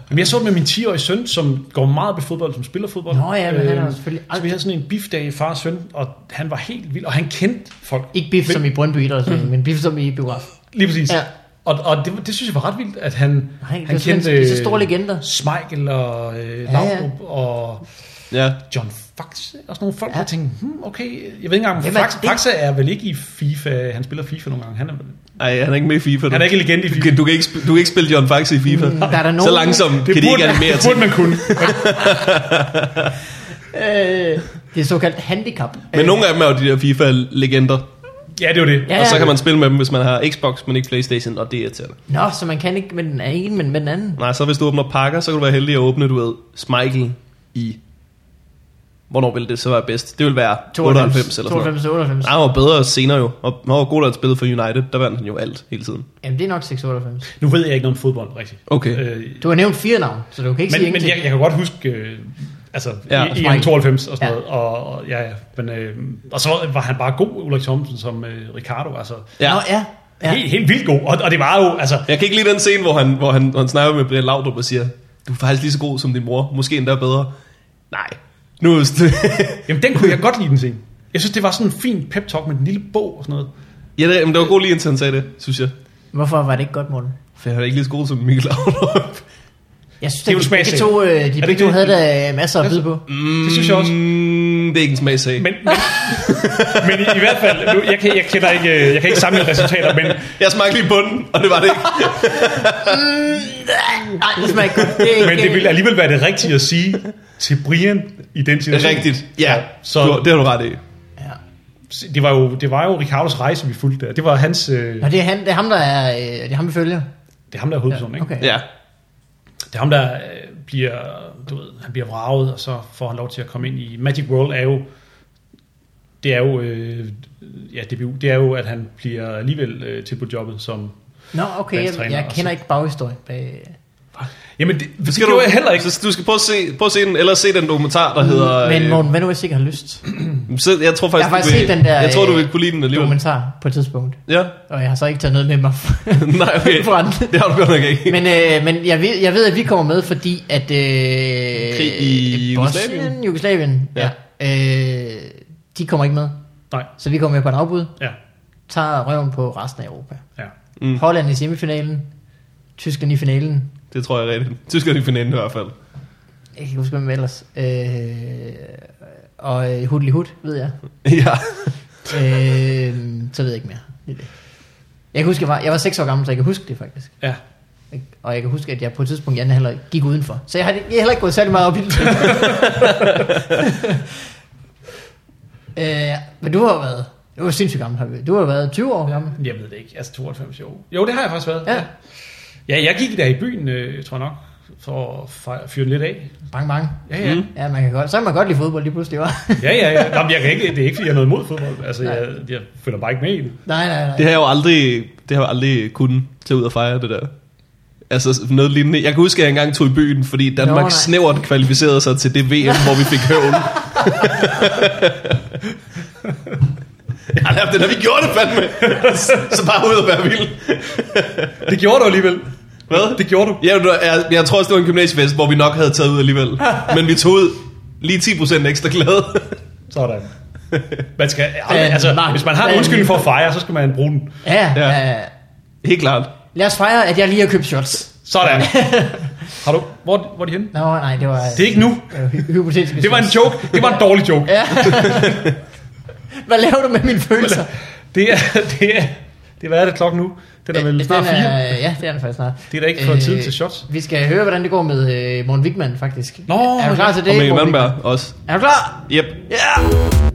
Men jeg så den med min 10-årige søn, som går meget op i fodbold, som spiller fodbold. Nå ja, men han er jo Øh, selvfølgelig Så vi aldrig... havde sådan en bifdag i far og søn, og han var helt vild, og han kendte folk. Ikke biff som i Brøndby Idrætsforening, men biff som i biograf. Lige præcis. Ja. Ja. Og, og det, var- det synes jeg var ret vildt, at han, Nej, det han var kendte... kendte så store legender. Smeichel og øh, ja. Laudrup og Ja. John Faxe og sådan nogle folk, Ja. ja. jeg tænkte, hmm, okay, jeg ved ikke engang, Hvem er Faxe, det? Faxe er vel ikke i FIFA, han spiller FIFA nogle gange, han er, Ej, han er ikke med i FIFA. Du. han er ikke en legende i Du FIFA. kan, du, kan ikke, sp- du kan ikke spille John Faxe i FIFA. Mm, der er der Så nogen- langsomt kan de ikke animere det ting. burde man kunne. Øh, det er såkaldt handicap. Øh, Men nogle af dem er jo de der FIFA-legender. Ja, det er jo det. Ja, Og så ja. kan man spille med dem, hvis man har Xbox, men ikke Playstation, og det er irriterende. Nå, så man kan ikke med den ene, men med den anden. Nej, så hvis du åbner pakker, så kan du være heldig at åbne, du ved, Smeichel i... Hvornår ville det så være bedst? Det ville være 92, 92 eller sådan noget. 92, 98. Nej, han var bedre senere jo. Og han var god, at spillede for United. Der vandt han jo alt hele tiden. Jamen, det er nok 698. Nu ved jeg ikke noget om fodbold, rigtigt. Okay. Øh, Du har nævnt fire navn, så du kan ikke sige men men ingenting. jeg, jeg kan godt huske, øh, altså, Ja, ja, og Smeichel. EM 92 og sådan Ja. ja. noget. Og, og, ja, ja, men, øh, og så var han bare god, Ulrik Thomsen, som øh, Ricardo. Altså, Ja. Nå, ja. ja. ja. helt, helt vildt god. Og, og det var jo, altså, Jeg kan ikke lide den scene, hvor han, hvor han, hvor han snakker med Brian Laudrup og siger, du er faktisk lige så god som din mor. Måske endda bedre. Nej. Nu er det... jamen, den kunne jeg godt lide den scene. Jeg synes, det var sådan en fin pep-talk med en lille bog og sådan noget. ja, det, men det var god lige indtil han sagde det, synes jeg. Hvorfor var det ikke godt, Morten? For han er ikke lige så god som Mikkel Laudrup. Jeg synes, Det er at jo de en begge smagsag. to, øh, de det begge ikke to det? havde der øh, masser at byde på. Det synes jeg også. Mm, det er ikke en smagssag. Men, men, men i, i hvert fald, nu, jeg, kan, jeg, kender ikke, øh, jeg kan ikke samle resultater, men Jeg smagte lige bunden, og det var det ikke. Nej, det smager ikke godt. Det er ikke, Men det ville alligevel være det rigtige at sige til Brian i den Det er situation. rigtigt. Ja, så... så- du, har- det har du ret i. øh, Ja. Det var jo, det var jo Ricardos rejse, vi fulgte der. Det var hans... Øh, Nå, det er, han, det er ham, der er, øh, det er ham, vi følger. det er ham, der er hovedpersonen, ikke? Okay. Ja. Det er ham, der øh, bliver, du ved, han bliver vraget, og så får han lov til at komme ind i... Magic World er jo... Det er jo... Øh, ja, DBU. Det er jo, at han bliver alligevel øh, tilbudt jobbet som... Nå, okay, jeg, Landstræner jeg og kender så- ikke baghistorien bag... Jamen, det, det, Så gjorde jeg heller ikke. Så du skal prøve at se, prøve at se den, eller se den dokumentar, der hedder... Men øh, Morten, hvad nu hvis jeg ikke har lyst? Så jeg tror faktisk, Jeg har du faktisk vil, set den der, Jeg tror, du øh, vil kunne lide den alligevel. Dokumentar på et tidspunkt. Ja. Og jeg har så ikke taget noget med mig Nej, okay. fra den. Det har du godt nok ikke. Men, øh, men jeg, ved, jeg ved, at vi kommer med, fordi at... Øh, Krig Bosnien, i Jugoslavien. Jugoslavien. Ja. Ja. ja. Øh, de kommer ikke med. Nej, Så vi kommer med på et afbud. ja, Tager røven på resten af Europa. ja. Mm. Holland i semifinalen. Tyskland i finalen. Det tror jeg er rigtigt. Tyskland i finalen i hvert fald. Jeg kan ikke huske, hvem ellers. Øh, og øh, Hudli Hud, ved jeg. Ja. øh, så ved jeg ikke mere. Det er det. Jeg kan huske, jeg var, jeg var 6 år gammel, så jeg kan huske det faktisk. ja. Og jeg kan huske, at jeg på et tidspunkt i anden halvleg gik udenfor. Så jeg har, jeg har heller ikke gået særlig meget op i det. øh, men du har jo været... Du var sindssygt gammel, har du. Du har jo været 20 år gammel. Jeg ved det ikke. Altså 92 år. Jo, det har jeg faktisk været. Ja. ja jeg gik der i byen, øh, tror jeg nok, for at fejre- fyre den lidt af. Bang, bang. Ja, ja. Mm. Ja, man kan godt, så kan man godt lide fodbold lige pludselig, var. Ja, ja, ja. Nå, men jeg kan ikke, det er ikke, fordi jeg har noget imod fodbold. Altså, jeg, jeg følger bare ikke med i det. nej, nej, nej. Det har jeg jo aldrig, det har jeg aldrig kunnet tage ud og fejre det der. Altså noget lignende. Jeg kan huske, at jeg engang tog i byen, fordi Danmark nej. no, snævert kvalificerede sig til det VM, hvor vi fik høvl. jeg har lært det, når vi gjorde det fandme. Så bare ud og være vild. Det gjorde du alligevel. Hvad? Det gjorde du. Ja, du- jeg, jeg tror også, det var en gymnasiefest, hvor vi nok havde taget ud alligevel. Men vi tog ud lige 10% ekstra glade. Sådan. Man skal, Ja, altså, nej. hvis man har en Ja, undskyldning for at fejre, så skal man bruge den. Ja, Ja. ja. ja. Helt klart. Lad os fejre, at jeg lige har købt shots. Sådan. Har du, hvor, hvor er de henne? Nå, nej, det var... Det er ikke nu. øh, hy- hypotetiske Det var en shots. joke. Det var en dårlig joke. Ja. Hvad laver du med mine følelser? Det er, det er, det er, hvad er det klokken nu? Den er vel Øh, snart den fire. er- Ja, det er den faktisk snart. Øh, Det er da ikke for tid til shots. Vi skal høre, hvordan det går med øh, Morten Wigman, faktisk. Nå, er du klar til det? Og Mikkel Morten Malmberg også. Wigman? Er du klar? Yep.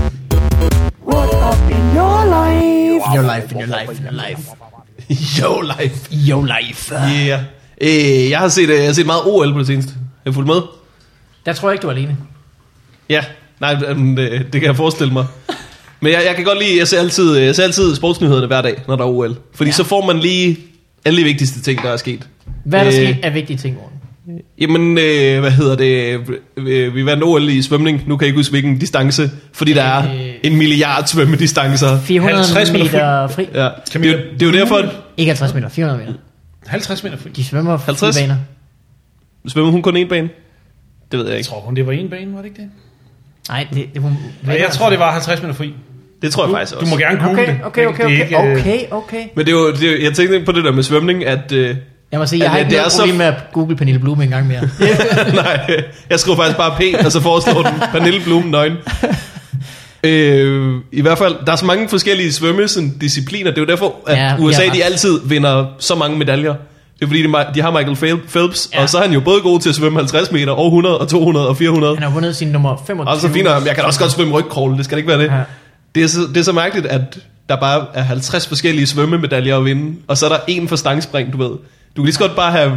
What up in your life? Your life, in your life, in your life. Yo life. Your life. Yeah. Øh, jeg, har set, øh, jeg har set meget OL på det seneste. Har I fulgt med? Der tror jeg ikke, du er alene. Ja, nej, men, øh, det kan jeg forestille mig. Men jeg, jeg kan godt lide, jeg ser altid, øh, jeg ser altid sportsnyhederne hver dag, når der er OL. Fordi ja. så får man lige alle de vigtigste ting, der er sket. Hvad er der Øh. sket af vigtige ting, Morten? Jamen, øh, hvad hedder det? Øh, Vi vandt OL i svømning. Nu kan jeg ikke huske, hvilken distance. Fordi der er Øh. en milliard svømmedistancer. 400 50 meter meter fri. Ja. Det, er jo- det er jo derfor, at Ikke 50 meter, 400 meter. 50 meter fri. De svømmer på 50 50? baner. svømmer hun kun én bane. Det ved jeg Jeg ikke. tror kun, det var en bane, var det ikke det? Nej, det, det hun Nej, jeg tror, det var 50 meter fri. Det tror jeg faktisk Du også. må gerne google Okay, det. okay, okay, Det er okay, ikke, øh, okay, okay. Men det er jo, det er jo, jeg tænkte på det der med svømning, at... Øh, Jeg må sige, jeg Ja, har det- ikke det noget er så- problem med at google Pernille Blume en gang mere. Nej, jeg skriver faktisk bare P, og så foreslår den Pernille Blum nøgen. Øh, I hvert fald, der er så mange forskellige svømmediscipliner. Det er jo derfor, at Ja, ja, vi USA har ret. de altid vinder så mange medaljer. Det er fordi, de, ma- de har Michael Phel- Phelps, ja. og så er han jo både god til at svømme 50 meter, og 100, og 200, og 400. Han har vundet sin nummer 25. Og så fint, jeg kan også godt svømme rygkrogle, det skal ikke være det. Ja. Ja. Det, er så, det er så mærkeligt, at der bare er 50 forskellige svømmemedaljer at vinde, og så er der en for stangspring, du ved. Du kan lige så godt bare have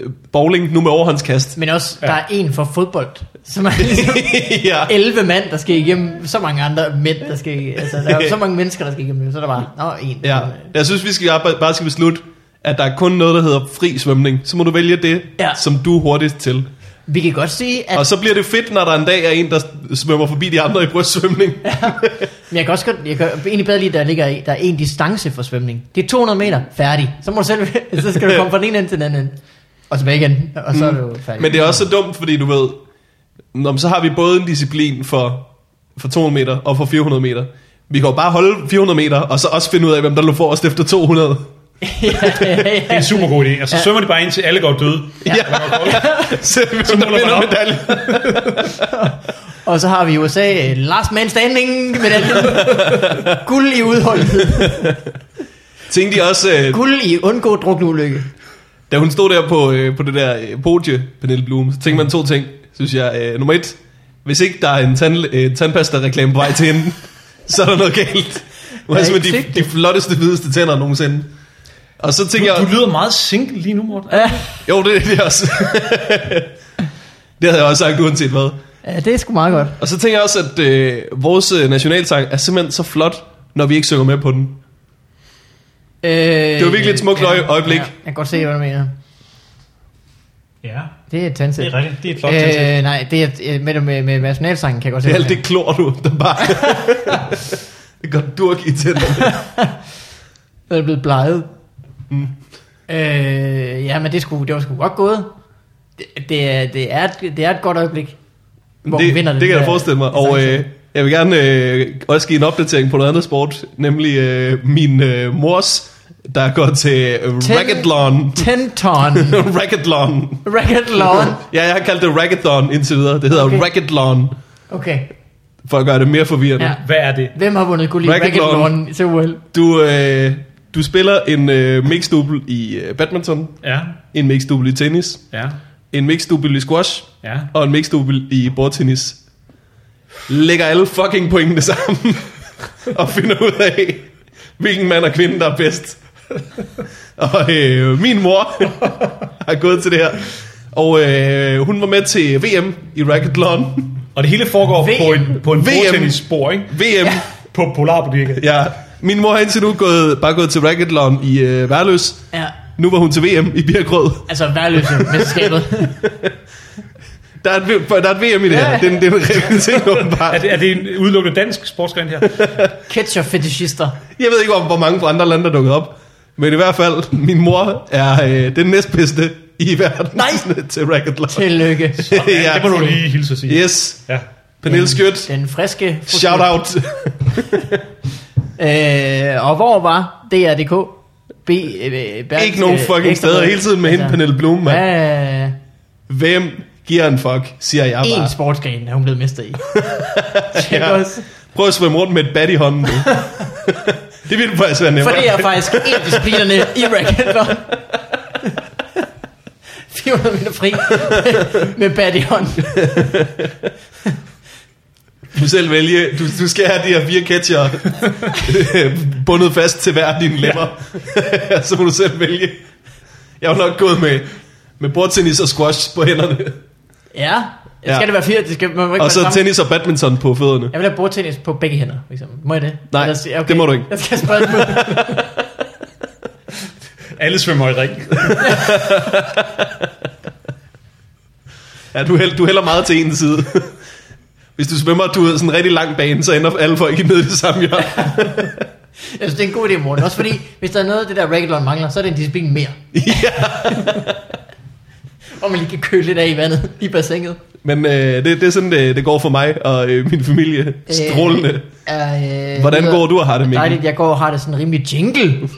øh, bowling nu med overhåndskast. Men også, ja. der er en for fodbold, som er ligesom ja. 11 mand, der skal igennem, så mange andre mænd, der skal altså der er så mange mennesker, der skal igennem, så er der bare, nå, en. Ja, jeg synes, vi skal bare, bare skal beslutte, at der er kun noget, der hedder fri svømning. Så må du vælge det, Ja. ja. som du er hurtigst til. Vi kan godt sige, at, Og så bliver det fedt, når der en dag er en, der svømmer forbi de andre i brystsvømning. Ja. men jeg kan også godt, jeg kan egentlig bedre lide, der ligger i, der er en distance for svømning. Det er 200 meter, færdig. Så må du selv, så skal du komme fra den ene ende til den anden. ende. Og tilbage igen, og så er du færdig. Mm. Men det er også så dumt, fordi du ved, når, så har vi både en disciplin for, for 200 meter og for 400 meter. Vi kan jo bare holde 400 meter, og så også finde ud af, hvem der lå forrest efter 200. ja, ja, Det er en super god idé. Og så svømmer de bare ind til alle går døde. Ja, ja. så hvem Så måler der man vinder op. medaljen. Og så har vi i USA, øh, last man standing, med den guld i udholdenhed, Tænkte de også, øh, guld i undgå drukneulykke. Da hun stod der på, øh, på det der øh, podie, Pernille Blum, så tænkte man to ting, synes jeg. Øh, nummer et, hvis ikke der er en tand, øh, tandpasta-reklame på vej til hende, så er der noget galt. Hun Jeg har er simpelthen ikke de, de flotteste, hvideste tænder nogensinde. Og så tænkte Du jeg, lyder meget single lige nu, Morten. Ja, jo, det, det er også... det havde jeg også sagt uanset hvad. ja, det er sgu meget godt. Og så tænker jeg også, at øh, vores øh, nationalsang er simpelthen så flot, når vi ikke synger med på den. Øh, det var virkelig et smukt øje- øjeblik. Ja, jeg kan godt se, hvad du mener. Ja, Det er et tandsæt. rigtigt. Det er et Øh, nej, det er, øh, med, med, med nationalsangen kan jeg godt se. Det er alt hvad du det klor, du, der bare... det går durk i tænderne. mener. Jeg er blevet bleget. Mm. Øh, ja, men det, skulle, det var sgu godt gået. Det, det, er, det, er, et, det er et godt øjeblik. Hvor det, hun vinder den det kan jeg der- forestille mig. den Og sang. øh, jeg vil gerne øh, også give en opdatering på noget andet sport, nemlig øh, min øh, mors, der går til øh, Ten- racketlon. 10 ton. racketlon. Racketlon. Ja, jeg har kaldt det racketon indtil videre. Det hedder Okay. okay. racketlon, Okay. for at gøre det mere forvirrende. Ja. Ja. Hvad er det? Hvem har vundet guld i Racketlon. racketlon til OL? Du, øh, Du spiller en øh, mixdouble i øh, badminton, Ja, en mixdouble i tennis, ja, en mixdouble i squash, ja. og en mixdouble i bordtennis. Lægger alle fucking pointene sammen, og finder ud af, hvilken mand og kvinde, der er bedst. Og øh, min mor har gået til det her, og øh, hun var med til VM i racketlon. Og det hele foregår VM. på en, på en VM. bordtennisspor, ikke? VM, ja. På Polarbutikken. ja. Min mor har indtil nu gået, bare gået til racketlon i øh, Værløs. Ja, Nu var hun til VM i Birkrød. altså værløse mesterskabet. Der er et, V- der er et VM i det her. Det er, en- det er en rigtig ting, åbenbart. Er det, er det en udelukkende dansk sportsgren her? Ketchup fetishister. Jeg ved ikke, hvor, hvor mange fra andre lande, der dukkede op. Men i hvert fald, min mor er øh, den næstbedste i verden Nej! til racketlon. Tillykke. Ja, det må du lige hilse at sige. Yes, Ja. Pernille Skjødt. Den friske. fru- Shout out. Øh, og hvor var DR.dk? B, øh, Bertske, Ikke nogen fucking Ekstra steder Bladet? hele tiden med Altså- hende, Pernille Blum, mand. Hvad øh, Hvem giver en fuck, siger jeg en bare. sportsgren er hun blevet mester i? Tjek Ja. os. Prøv at svømme rundt med et bat i hånden nu. det ville faktisk For være nemmere. det er faktisk en af disciplinerne i racketlon. 400 meter fri med bat i hånd. Du selv vælge. Du, du skal have de her fire catcher øh, bundet fast til hver dine lemmer. Ja. så må du selv vælge. Jeg har nok gået med, med bordtennis og squash på hænderne. Ja, Ja. ja. skal det være fire? Det skal, man må ikke Og så være sammen. tennis og badminton på fødderne. Jeg vil have bordtennis på begge hænder, for eksempel. Må jeg det? Nej, Ellers- ja, det må du ikke. Jeg skal spørge på. Alle svømmer i ring. Ja, du, held, du hælder meget til en side. Hvis du svømmer, du er sådan en rigtig lang bane, så ender alle folk i ned i det samme hjørne. Jeg synes, det er en god idé, Morten. Også fordi, hvis der er noget af det der racketlon mangler, så er det en disciplin mere. ja. Hvor man lige kan køle lidt af i vandet, i bassinet. Men øh, det, det er sådan, det, det går for mig og øh, min familie. Strålende. Øh, øh, Hvordan det går du og har det, er Mikkel? Dejligt, jeg går og har det sådan rimelig jingle.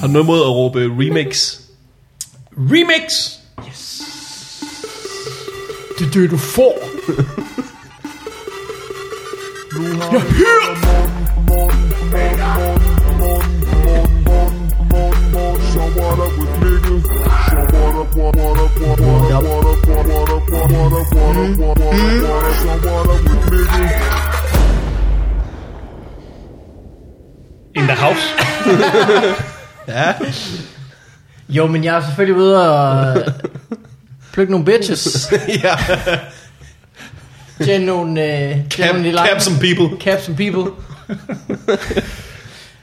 Har du noget mod at råbe remix? Remix! Det er det, du får. In the house. Jo, men jeg er selvfølgelig ude og øh, plukke nogle bitches. ja, Tjene nogle, øh, tjene cap, nogle lille cap some people. Cap some people.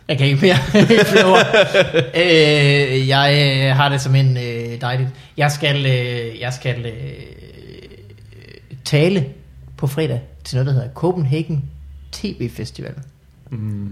jeg kan ikke mere. Ikke flere ord. øh, jeg øh, har det som en øh, dejligt. Jeg skal, øh, jeg skal øh, tale på fredag til noget, der hedder Copenhagen TV Festival.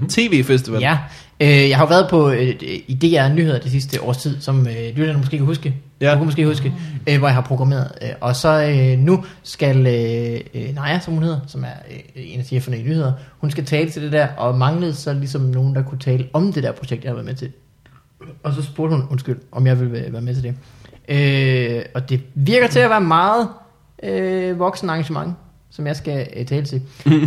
TV-festival. Ja, øh, jeg har jo været på øh, i DR Nyheder det sidste års tid, som øh, lytterne måske kan huske, Ja. ja. kunne måske huske, øh, hvor jeg har programmeret. Øh, og så øh, nu skal øh, øh, Naja, som hun hedder, som er øh, en af cheferne i Nyheder, hun skal tale til det der, og manglede så ligesom nogen, der kunne tale om det der projekt, jeg har været med til. Og så spurgte hun, undskyld, om jeg ville være med til det. Øh, og det virker til at være meget øh, voksen arrangement, som jeg skal øh, tale til.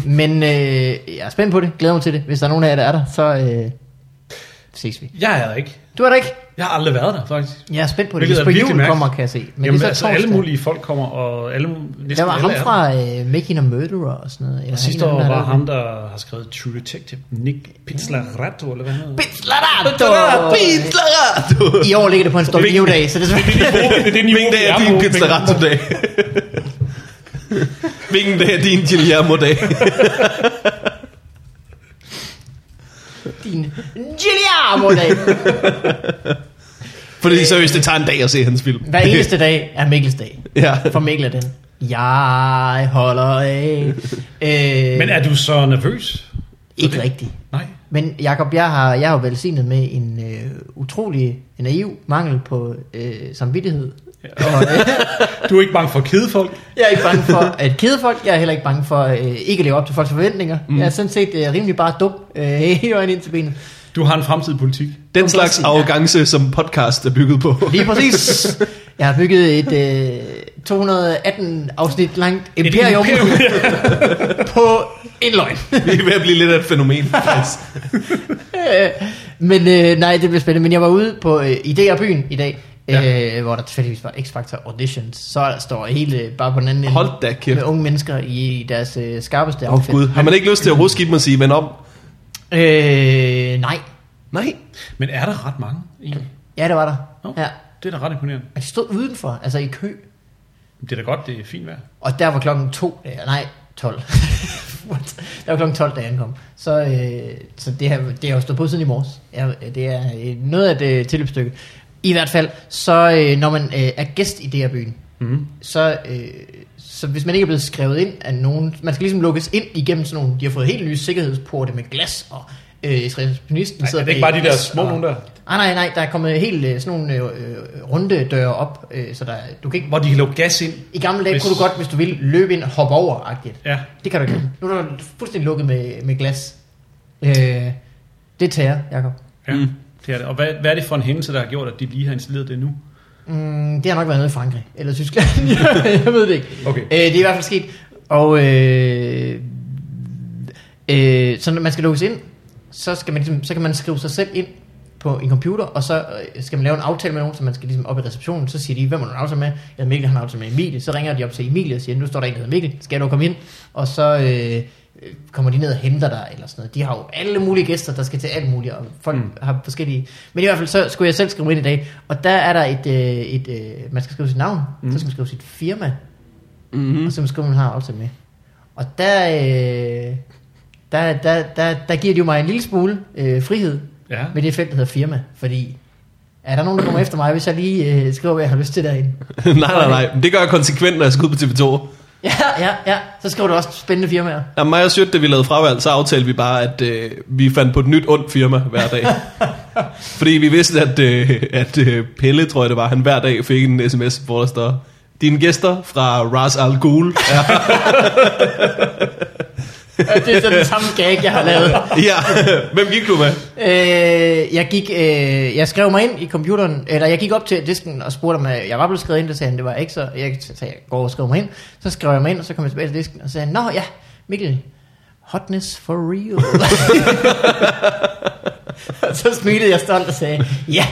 Men øh, jeg er spændt på det, glæder mig til det. Hvis der er nogen af jer, der er der, så øh, ses vi. Jeg er der ikke. Du er der ikke? Jeg har aldrig været der, faktisk. Jeg er spændt på det. Hvilket Hvis er på virkelig jul mærkeligt. kommer, kan jeg se. Men Jamen, det er så altså, torsdag. alle mulige folk kommer, og alle, næsten Der var ham alle er fra øh, Making a Murderer og sådan noget. Eller Og sidste en af år dem, der var er der. ham, der har skrevet True Detective, Nick Pizzaretto, eller hvad han hedder. Pizzlarato! Pizzlarato! I år ligger det på en stor Hvilken- biodag, så det er svært. Det er det niveau, Hvilken dag vi er er din på. pizzarato-dag? Hvilken dag er din Guillermo-dag? Din Giuliamo-dag! Fordi seriøst, det tager en dag at se hans film. Hver eneste dag er Mikkels dag. ja. For Mikkel er den. Jeg holder af. Øh, Men altså- er du så nervøs? ikke rigtigt. Nej. Men Jacob, jeg har, jeg har jo velsignet med en øh, utrolig naiv mangel på øh, samvittighed. Og, øh, Du er ikke bange for at kede folk? jeg er ikke bange for at kede folk. Jeg er heller ikke bange for øh, ikke at leve op til folks forventninger. Mm. Jeg er sådan set øh, rimelig bare dum øh, hele vejen ind til benet. Du har en fremtid i politik. Den slags Ja. arrogance, som podcast er bygget på. Lige præcis. Jeg har bygget et øh, 218 afsnit langt imperium på en løgn. Vi er ved at blive lidt af et fænomen, faktisk. Øh, men øh, nej, det bliver spændende. Men jeg var ude på øh, Ideerbyen i dag, Ja. øh, hvor der tilfældigvis var X-Factor Auditions. Så står hele bare på den anden ende Hold da kæft. med unge mennesker i deres øh, skarpeste Åh oh, gud, har man ikke lyst til at ruske i dem og sige, men om? Øh, nej. Nej. Men er der ret mange egentlig? Ja, det var der. Nå. Ja. Det er da ret imponerende. Og de stod udenfor, altså i kø. Det er da godt, det er fint vejr. Og der var klokken to, øh, nej, 12. What? der var klokken 12, da jeg ankom. Så, øh, så det, har, det har jo stået på siden i morges. Ja, det er øh, noget af et øh, tilløbsstykke. I hvert fald, så øh, når man øh, er gæst i DR byen, Mm. så, øh, så hvis man ikke er blevet skrevet ind af nogen, man skal ligesom lukkes ind igennem sådan nogle, de har fået helt nye sikkerhedsporte med glas og øh, israelisten Nej, er det ikke bag bare de der glas, små og- Ah, nogen der? Nej, nej, nej, der er kommet helt øh, sådan nogle øh, øh, runde døre op, øh, så der, du kan ikke Hvor de kan lukke gas ind. i gamle dage Hvis- hvis... kunne du godt, hvis du ville, løbe ind og hoppe over-agtigt. Ja. Det kan du ikke. Nu er du fuldstændig lukket med, med glas. Øh, det tager, Jacob. ja mm. det er det. Og hvad, hvad er det for en hændelse, der har gjort, at de lige har installeret det nu? Mm, det har nok været noget i Frankrig, eller Tyskland. jeg ved det ikke. Okay. Øh, det er i hvert fald sket. Og øh, øh, så når man skal lukkes ind, så, skal man ligesom, så kan man skrive sig selv ind på en computer, og så øh, skal man lave en aftale med nogen, så man skal ligesom op i receptionen, så siger de, hvem har du en aftale med? Ja, Mikkel har en aftale med Emilie. Så ringer de op til Emilie og siger, nu står der en, der hedder Mikkel, skal du komme ind? Og så øh, øh, kommer de ned og henter dig, eller sådan noget. De har jo alle mulige gæster, der skal til alt muligt, og folk mm. har forskellige... Men i hvert fald, så skulle jeg selv skrive mig ind i dag, og der er der et... Øh, et øh, man skal skrive sit navn, mm. så skal man skrive sit firma, Mm-hmm. og så skal man have aftalt med. Og der, øh, der, der, der, der giver de jo mig en lille smule øh, frihed Ja. med det felt, der hedder firma. Fordi er der nogen, der kommer efter mig, hvis jeg lige øh, skriver, hvad jeg har lyst til derinde? nej, nej, nej. Men Det gør jeg konsekvent, når jeg skal ud på TV2. Ja, ja, ja. Så skriver du også spændende firmaer. Jamen, mig og Sjøt, da vi lavede fravalg, så aftalte vi bare, at øh, vi fandt på et nyt ondt firma hver dag. Fordi vi vidste, at, øh, at øh, Pelle, tror jeg det var, han hver dag fik en sms, hvor der står, dine gæster fra Ras Al Ghul er Det er sådan den samme gag, jeg har lavet. Ja, hvem gik du med? Øh, jeg, gik, øh, jeg skrev mig ind i computeren, eller jeg gik op til disken og spurgte, om øh, jeg jeg var blevet skrevet ind, det sagde han, det var jeg ikke, så jeg sagde, jeg går og skriver mig ind. Så skrev jeg mig ind, og så kom jeg tilbage til disken, og sagde, han, nå ja, Mikkel, hotness for real. og så smilede jeg stolt og sagde, ja.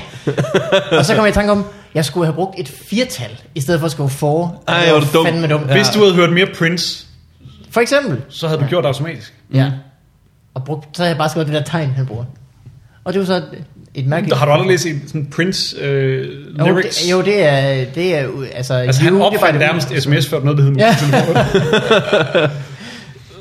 Og så kom jeg i tanke om, jeg skulle have brugt et firtal, i stedet for at skrive for. Ej, Det hvor er du Mm. dum. Fandme dumt. Hvis du havde hørt mere Prince, For eksempel. så havde du gjort det automatisk. Ja. Og brugt, så havde jeg bare skrevet det der tegn, han bruger. Og det var så et, et mærkeligt... Der har du aldrig læst en sådan Prince øh, Jo, lyrics? det, jo, det er... Det er u- altså, altså han you, det er opfandt bare- nærmest sms før noget, der hed Ja. ja.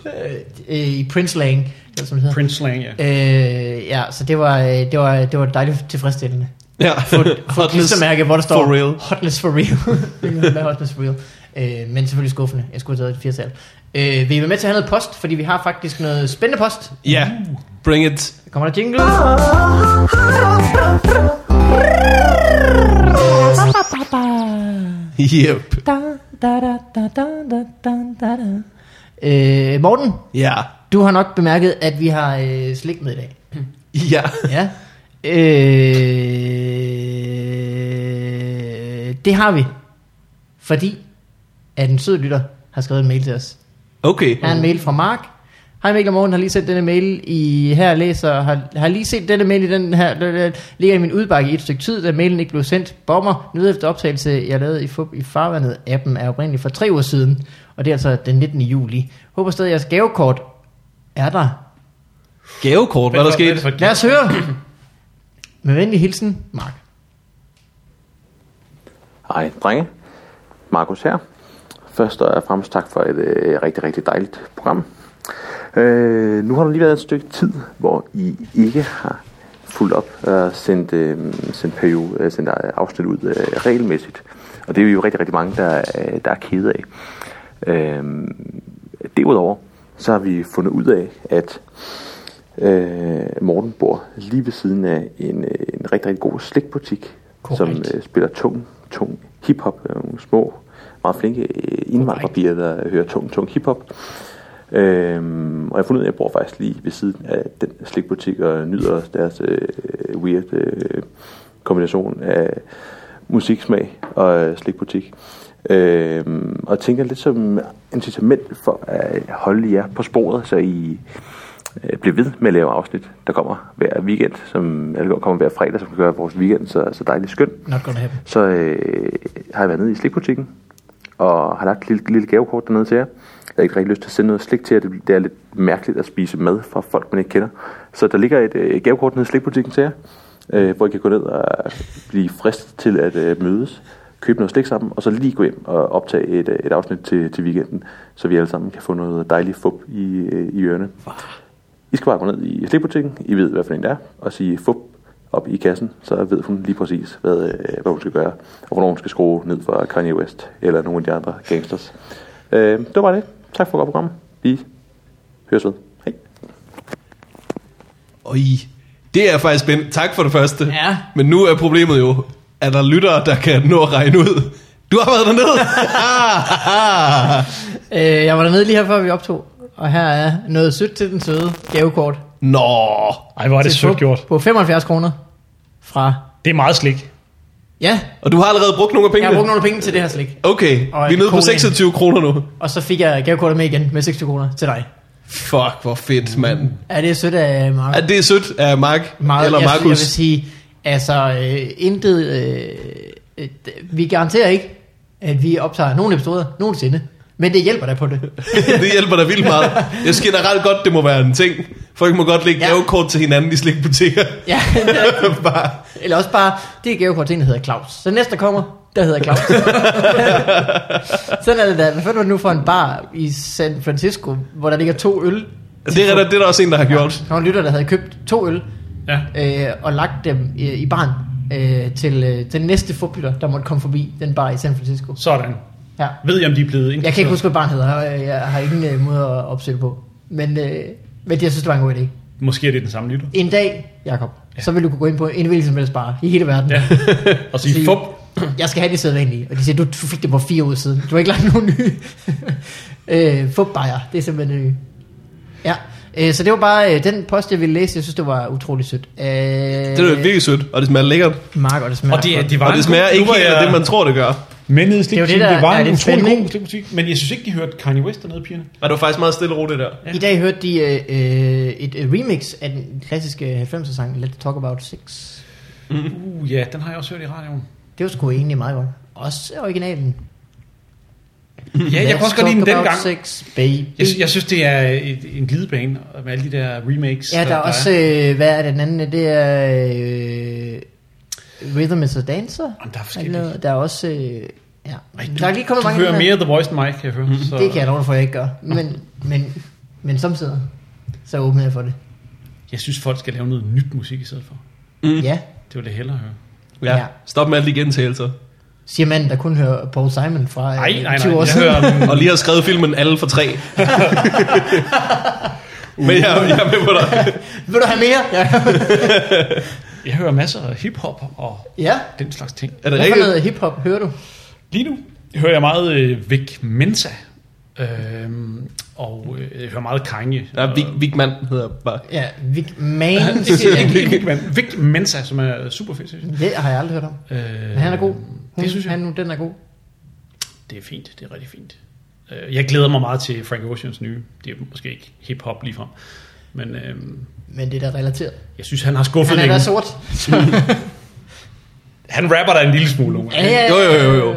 Øh, I Prince Lang, eller som det hedder. Prince Lang, ja. Øh, ja, så det var, øh, det var, det var dejligt tilfredsstillende. Ja, For et klistermærke, hvor der står... for real. Hotness for real. Det er hotness for real. Øh, men selvfølgelig skuffende. Jeg skulle have taget et firtal. Øh, vil I være med til at have noget post? Fordi vi har faktisk noget spændende post. Ja, bring it. Kommer der jingle? Yep. Øh, Morten, Ja, du har nok bemærket, at vi har øh, slik med i dag. ja. Ja. Øh, det har vi. Fordi, at en sød lytter har skrevet en mail til os. Okay. Her er en mail fra Mark. Hej Mikkel og Morten, har lige set denne mail i her læser, har, har lige set denne mail i den her, der- der ligger i min udbakke i et stykke tid, da mailen ikke blev sendt. Bomber, nød efter optagelse, jeg lavede i, fup, i farvandet. Appen er oprindeligt for tre uger siden, og det er altså den 19. juli. Håber stadig, at jeres gavekort er der. Gavekort, hvad er der sket? Hvad er det for et- Lad os høre. Med venlig hilsen, Mark. Hej drenge, Markus her. Først og fremmest tak for et øh, rigtig, rigtig dejligt program. Øh, nu har der lige været et stykke tid, hvor I ikke har fulgt op og sendt, øh, sendt, periode, øh, sendt øh, afsnit ud øh, regelmæssigt. Og det er vi jo rigtig, rigtig mange, der, øh, der er kede af. Øh, derudover så har vi fundet ud af, at Øh, Morten bor lige ved siden af en, øh, en rigtig, rigtig god slikbutik, Korrekt. som øh, spiller tung, tung hiphop. Øh, Nogle små, meget flinke øh, indvandrerpiger, der hører tung, tung hiphop. Øhm, og jeg har fundet ud af, at jeg bor faktisk lige ved siden af den slikbutik og nyder deres øh, weird øh, kombination af musiksmag og øh, slikbutik. Øhm, og tænker lidt som incitament for at holde jer på sporet, så I øh, bliver ved med at lave afsnit, der kommer hver weekend, som eller kommer hver fredag, som kan gøre vores weekend så, så dejligt skøn Not gonna happen. så øh, har jeg været nede i slikbutikken, og har lagt et lille, lille gavekort dernede til jer. Jeg har ikke rigtig lyst til at sende noget slik til jer, det, det er lidt mærkeligt at spise mad fra folk, man ikke kender. Så der ligger et øh, gavekort nede i slikbutikken til jer, øh, hvor I kan gå ned og blive fristet til at øh, mødes, købe noget slik sammen, og så lige gå hjem og optage et, øh, et afsnit til, til weekenden, så vi alle sammen kan få noget dejligt fup i, øh, i ørerne. I skal bare gå ned i slikbutikken, I ved, hvad for en det er, og sige fup op i kassen, så ved hun lige præcis, hvad, øh, hvad hun skal gøre, og hvornår hun skal skrue ned for Kanye West, eller nogle af de andre gangsters. Øh, det var bare det. Tak for et godt program. Vi høres ved. Hej. Og I, det er jeg faktisk spændt. Tak for det første. Ja. Men nu er problemet jo, at der lyttere, der kan nå at regne ud. Du har været dernede. Øh, jeg var dernede lige her før vi optog, og her er noget sødt til den søde gavekort. Nå. Ej, hvor er det Til sødt fup gjort. På 75 kroner fra... Det er meget slik. Ja, Og du har allerede brugt nogle af jeg pengene? har brugt nogle penge til det her slik. Okay, Og vi er nede på colaen. 26 kroner nu. Og så fik jeg gavekortet med igen med 60 kroner til dig. Fuck, hvor fedt, mand. Er det sødt af Mark? Er det sødt af Mark Meget, eller jeg, Jeg vil Markus? sige, altså øh, intet... Øh, øh, d- vi garanterer ikke, at vi optager nogen episoder nogensinde. Men det hjælper da på det. det hjælper da vildt meget. Jeg synes generelt godt, det må være en ting. Folk må godt lægge Ja. gavekort til hinanden i slikbutikker. Ja, Bare, eller også bare, det er gavekort til en, der hedder Claus. Så næste der kommer, der hedder Claus. Sådan er det da. Hvad fanden var det nu for en bar i San Francisco, hvor der ligger to øl? det, er der, det er der også en, der har gjort. Der var en lytter, der havde købt to øl Ja. øh, og lagt dem øh, i barn øh, til øh, den næste forbytter, der måtte komme forbi den bar i San Francisco. Sådan. Ja. Ved jeg, om de er blevet Jeg indkvarteret? kan ikke huske, hvad barn hedder. og Jeg har ingen øh, måde at opsætte på. Men, øh, men jeg synes, det var en god idé. Måske er det den samme lytter. En dag, Jakob, ja. så vil du kunne gå ind på en hvilken som helst bar i hele verden. Ja. Og sige, Sige, fup. Jeg skal have de sædvanlige. Og de siger, du, du fik det for fire uger siden. Du har ikke lagt nogen nye. øh, Fupbajer, det er simpelthen en ny. Ja, øh, så det var bare øh, den post, jeg ville læse. Jeg synes, det var utrolig sødt. Øh, Det er jo virkelig sødt, og det smager lækkert. Mark, og det smager Og det, godt. det var Og det smager en god- ikke nu var helt af jeg- det, man tror, det gør. Men nede i slikbutikken, Det er det, jo det, der var er en det utrolig spændende, god slikbutik. Men jeg synes ikke, de hørte Kanye West dernede, pigerne. Og det var faktisk meget stille og roligt der. I dag hørte de øh, øh, et øh, remix af den klassiske 90'er sang Let's Talk About Sex. Uh, ja, den har jeg også hørt i radioen. Det var sgu egentlig meget godt. Også originalen. Ja, jeg Let's kan også godt lide den talk about dengang. Sex, baby. Jeg, sy- jeg synes, det er et, en glidebane med alle de der remakes. ja, der, er også, øh, hvad er den anden? Det er øh, Rhythm is a Dancer. Jamen, der er Eller forskellige. noget. Der er også... Øh, ja. Ej, der er lige kommet du mange hører af de her. Mm. mere The Voice end mig, kan jeg høre. Så. Det kan jeg lov for, at jeg ikke gør. Men, men, men samtidig, så åbner jeg for det. Jeg synes, folk skal lave noget nyt musik i stedet for. Mm. Ja, Det vil jeg hellere høre. Ja. Ja. Stop med alle de gentagelser. siger manden, der kun hører Paul Simon fra øh, Nej, nej, nej. 20 år Jeg siden. hører, Og lige har skrevet filmen Alle for tre. Men jeg, jeg er med på dig. Vil du have mere? Ja. jeg hører masser af hiphop og ja. den slags ting. Er det Hvad for rigtigt? noget hiphop hører du? Lige nu hører jeg meget øh, Vic Mensa. Øhm, og øh, jeg hører meget Kanye. Ja, Vig, Vigman hedder bare. Ja, Vic Man. Ikke- ikke Vic Man- Vic Mensa, som er super fedt. synes jeg. Det har jeg aldrig hørt om. Øh, Men han er god. Hun, det synes jeg. Han, den er god. Det er fint, det er rigtig fint. Øh, Jeg glæder mig meget til Frank Oceans nye. Det er måske ikke hiphop ligefrem. Men øh, Men det er da relateret. jeg synes, han har skuffet Han er da længe. sort. Han rapper der en lille smule. Unge. Jo, jo, jo, jo.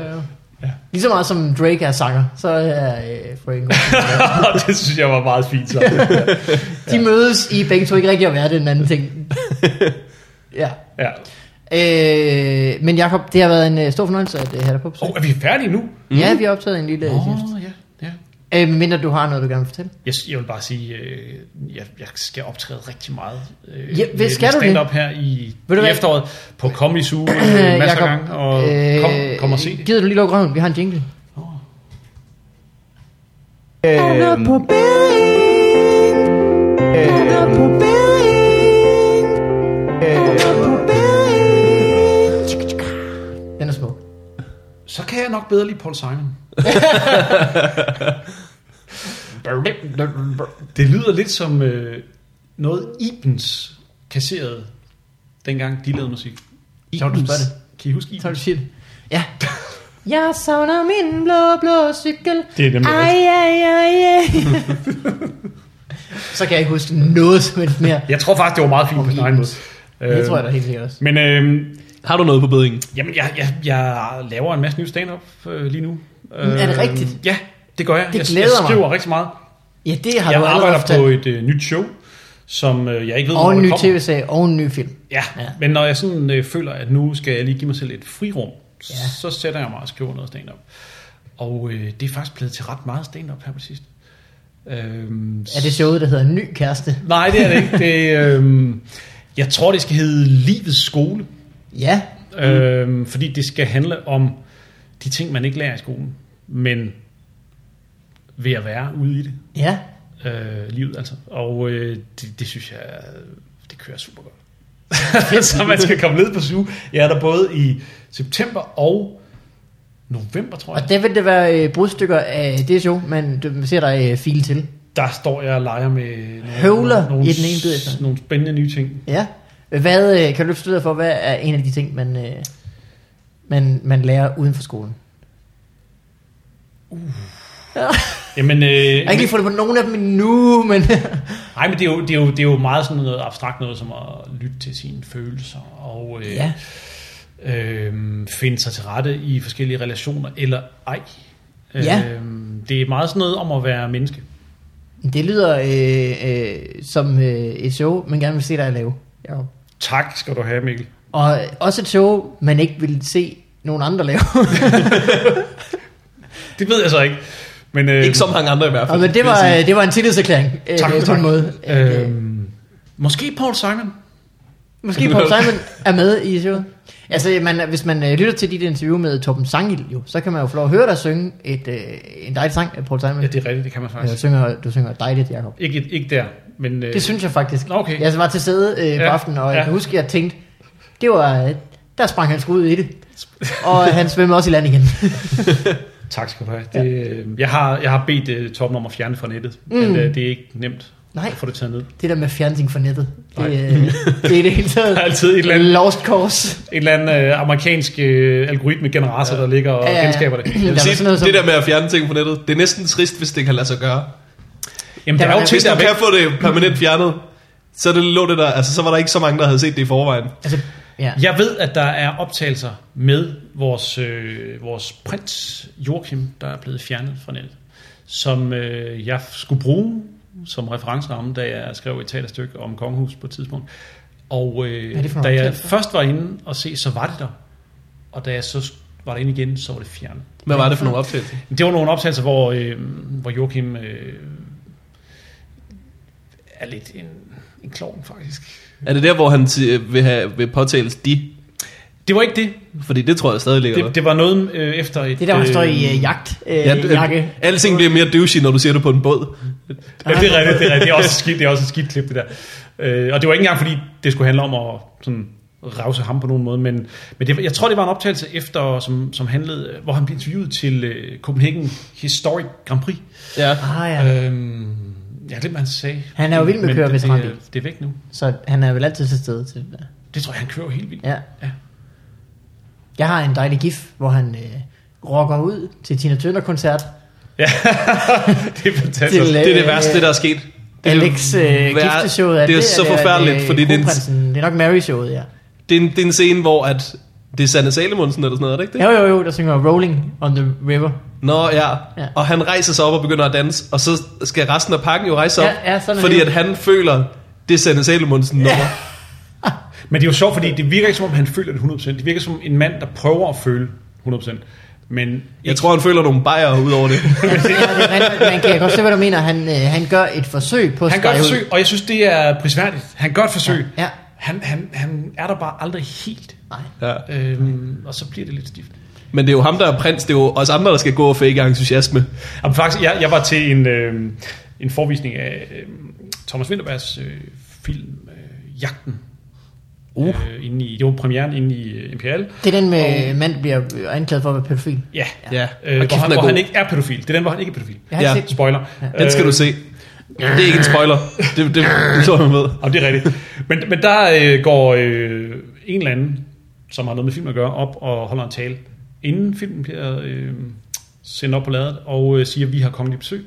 Ja. Lige så meget som Drake er sanger, så er øh, Frank Ocean. det synes jeg var meget fint. Så. De mødes i begge to ikke rigtig at være det er en anden ting. Ja. Ja. Øh, men Jakob, det har været en øh, stor fornøjelse at øh, have dig på besøg. Og er vi færdige nu? Mm. Ja, vi har optaget en lille oh. Åh, ja. ja. øh, mindre du har noget, du gerne vil fortælle. Jeg, jeg vil bare sige, øh, jeg, jeg skal optræde rigtig meget. Øh, Ja, hvad skal du det? stand-up her i, Ved du i hvad? efteråret på Comedy Zoo øh, masser af gange. Og øh, kom, kom og se det. Gider du lige lukke røven? Vi har en jingle. Er der noget på bedding? Er der noget på bedding? Er der noget på bedding? Den er smuk. Så kan jeg nok bedre lide Paul Simon. Det lyder lidt som øh, noget Ibens kasserede, dengang de lavede musik. Tør du spørge Kan I huske Tør du Ibens? sige det? Ja. Jeg savner min blå, blå cykel. Det er dem, der Ej, ej, ej, ej. Så kan jeg ikke huske noget som helst mere. Jeg tror faktisk, det var meget fint på sin egen måde. Øh, Det tror jeg da helt sikkert også. Men øh, Har du noget på bedingen? jamen, jeg, jeg, jeg laver en masse nye stand-up øh, lige nu. Mm, Øhm, er det rigtigt? Ja, det gør jeg. Det jeg, glæder jeg mig. skriver rigtig meget. Ja, det har du allerede jeg arbejder haft. på et øh, nyt show, som øh, jeg ikke ved, Og en det ny kommer. tv-serie og en ny film. Ja, Ja. ja, men når jeg sådan øh, føler, at nu skal jeg lige give mig selv et frirum, Ja. ja. så sætter jeg mig og skriver noget stand-up. Og øh, det er faktisk blevet til ret meget stand-up her på sidst. Øhm, Er det showet, der hedder Ny Kæreste? Nej, det er det ikke. Det, øhm, jeg tror, det skal hedde Livets Skole, Ja. øhm, fordi det skal handle om de ting, man ikke lærer i skolen, men ved at være ude i det, Ja. øh, livet altså. Og øh, det, det synes jeg, det kører super godt. så man skal komme ned på SU. Jeg er der både i september og november, tror Og jeg. der vil det være øh, brudstykker af det show, men du ser dig øh, file til. Der står jeg og leger med nogle, Høvler nogle, i den ene bid efter. nogle spændende nye ting. Ja. Hvad, øh, kan du løfte sløret for, hvad er en af de ting, man, øh, man, man lærer uden for skolen? Jamen, øh, Jeg har ikke lige fået det på nogen af dem endnu, men... Nej, men det er, jo, det, er jo, det er jo meget sådan noget abstrakt noget, som at lytte til sine følelser og øh, Ja. ja. øh, finde sig til rette i forskellige relationer, eller ej. Ja. Øh, det er meget sådan noget om at være menneske. det lyder øh, øh, som øh, et show, man gerne vil se dig lave. Ja. Tak skal du have, Mikkel. Og også et show, man ikke vil se nogen andre lave. Det ved jeg så ikke. Men, øh, Ikke så mange andre i hvert fald. Og men det vil var, jeg sige. øh, det var en tillidserklæring øh, tak, på tak. en måde. Øh, Øh, måske Paul Simon. Måske Paul Simon er med i showet. Altså, man, hvis man øh, lytter til dit interview med Torben Sangil, jo, så kan man jo få lov at høre dig synge et, øh, en dejlig sang af Paul Simon. Ja, det er rigtigt, det kan man øh, faktisk. synger, du synger dejligt, Jacob. Ikke, ikke der, men... Øh, Det synes jeg faktisk. Nå, okay. Jeg var til sæde øh, på Ja, aftenen, og jeg ja. kan huske, at jeg tænkte, det var, øh, der sprang han sgu ud i det. Og øh, han svømmede også i land igen. Tak skal du have. Det, øh, jeg, har, jeg har bedt øh, Torben om at fjerne det fra nettet, mm. men øh, det er ikke nemt Nej. at få det taget ned. Det der med fjernting fra nettet, det, Nej. øh, det er det hele taget. Der er altid et eller andet- Lost cause. En eller anden øh, amerikansk øh, algoritme generator, ja. der ligger og Ja, ja, ja, ja, ja. genskaber det. Der Jeg var vil sige, sådan noget som- det øh, der med at fjerne ting på nettet, det er næsten trist, hvis det kan lade sig gøre. Jamen, Der der, der er var jo en- ting, Hvis der du er væk. kan få det permanent fjernet, så det lå det der, altså så var der ikke så mange, der havde set det i forvejen. Altså, ja. Jeg ved, at der er optagelser med vores, øh, vores prins Joachim, der er blevet fjernet fra nettet, som øh, jeg skulle bruge som referenceramme, da jeg skrev et teaterstykke om kongehus på et tidspunkt. Og Hvad er det øh, for nogle da jeg optagelser? først var inde og se, så var det der. Og da jeg så var derinde igen, så var det fjernet. Hvad var det for nogle optagelser? Det var nogle optagelser, hvor, øh, hvor Joachim øh, er lidt en, en klovn, faktisk. Er det der, hvor han ti- vil, have, vil påtales de? Det var ikke det. Fordi det tror jeg stadig ligger der. Det, det var noget øh, efter et... Det der, hvor han står i øh, øh, jagt, øh, Ja, d- jakke. alting bliver mere douchey, når du siger det på en båd. Ja, det er rigtigt, det er rigtigt. Det er også et skidt, det er også et skidt klip, det der. Øh, og det var ikke engang, fordi det skulle handle om at sådan, rause ham på nogen måde, men, men det, jeg tror, det var en optagelse efter, som, som handlede, øh, hvor han blev interviewet til øh, Copenhagen Historic Grand Prix. Ja. Ah, ja. Ja. Øhm, jeg glemte, hvad han sagde. Han er jo vild med Men at køre det, det, veteranbil. er- det er væk nu. Så han er vel altid til stede til det der. Det tror jeg, han kører helt vildt. Ja. Ja. Jeg har en dejlig gif, hvor han øh, rocker ud til Tina Turner-koncert. Ja, det er fantastisk. Til, Til, øh, Det er det værste, der er sket. Det er Alex øh, vær- gifteshowet. Det er så forfærdeligt, øh, fordi det er, en, kronprinsen. det er nok Mary-showet, ja. det, er en, det er en scene, hvor at, det er Sanne Salemonsen eller sådan noget, er det ikke det? Jo, jo, jo, der synger Rolling on the River. Nå ja. Ja. ja, og han rejser sig op og begynder at danse, og så skal resten af pakken jo rejse sig Ja, op, ja, sådan er fordi det jo. at han føler, det er Sanne Salemonsen nummer. Ja. Men det er jo sjovt, fordi det virker ikke, som om han føler det 100%. Det virker som en mand, der prøver at føle 100%. Men Jeg tror, han føler nogle bajer ud over det. Ja, det er rent, man kan godt se, hvad du mener. Han, øh, han gør et forsøg på at han gør et skære ud. forsøg, og jeg synes, det er prisværdigt. Han gør et forsøg. Ja. Han, han, han er der bare aldrig helt. Nej. Ja. Øhm, og så bliver det lidt stift. Men det er jo ham, der er prins. Det er jo os andre, der skal gå og fake entusiasme. Jamen, faktisk, jeg, jeg var til en, øh, en øhm, forvisning af øh, Thomas Winterbergs øh, film øh, Jagten Uh. Øh, inde i, det var premieren inde i øh, Imperial. Det er den med og... mand, der bliver anklaget for at være pædofil. Ja, Ja. øh, Og hvor, kæft, han, den er hvor god. han ikke er pædofil. Det er den, hvor han ikke er pædofil. Jeg har Ja. ja. set. Spoiler. Øh, Den skal du se. Det er ikke en spoiler. Det, det, det tror jeg med. Jamen, det er rigtigt. Men, men der øh, går øh, en eller anden, som har noget med film at gøre, op og holder en tale, inden filmen bliver øh, sendt op på ladet, og øh, siger, at vi har kongelig besøg.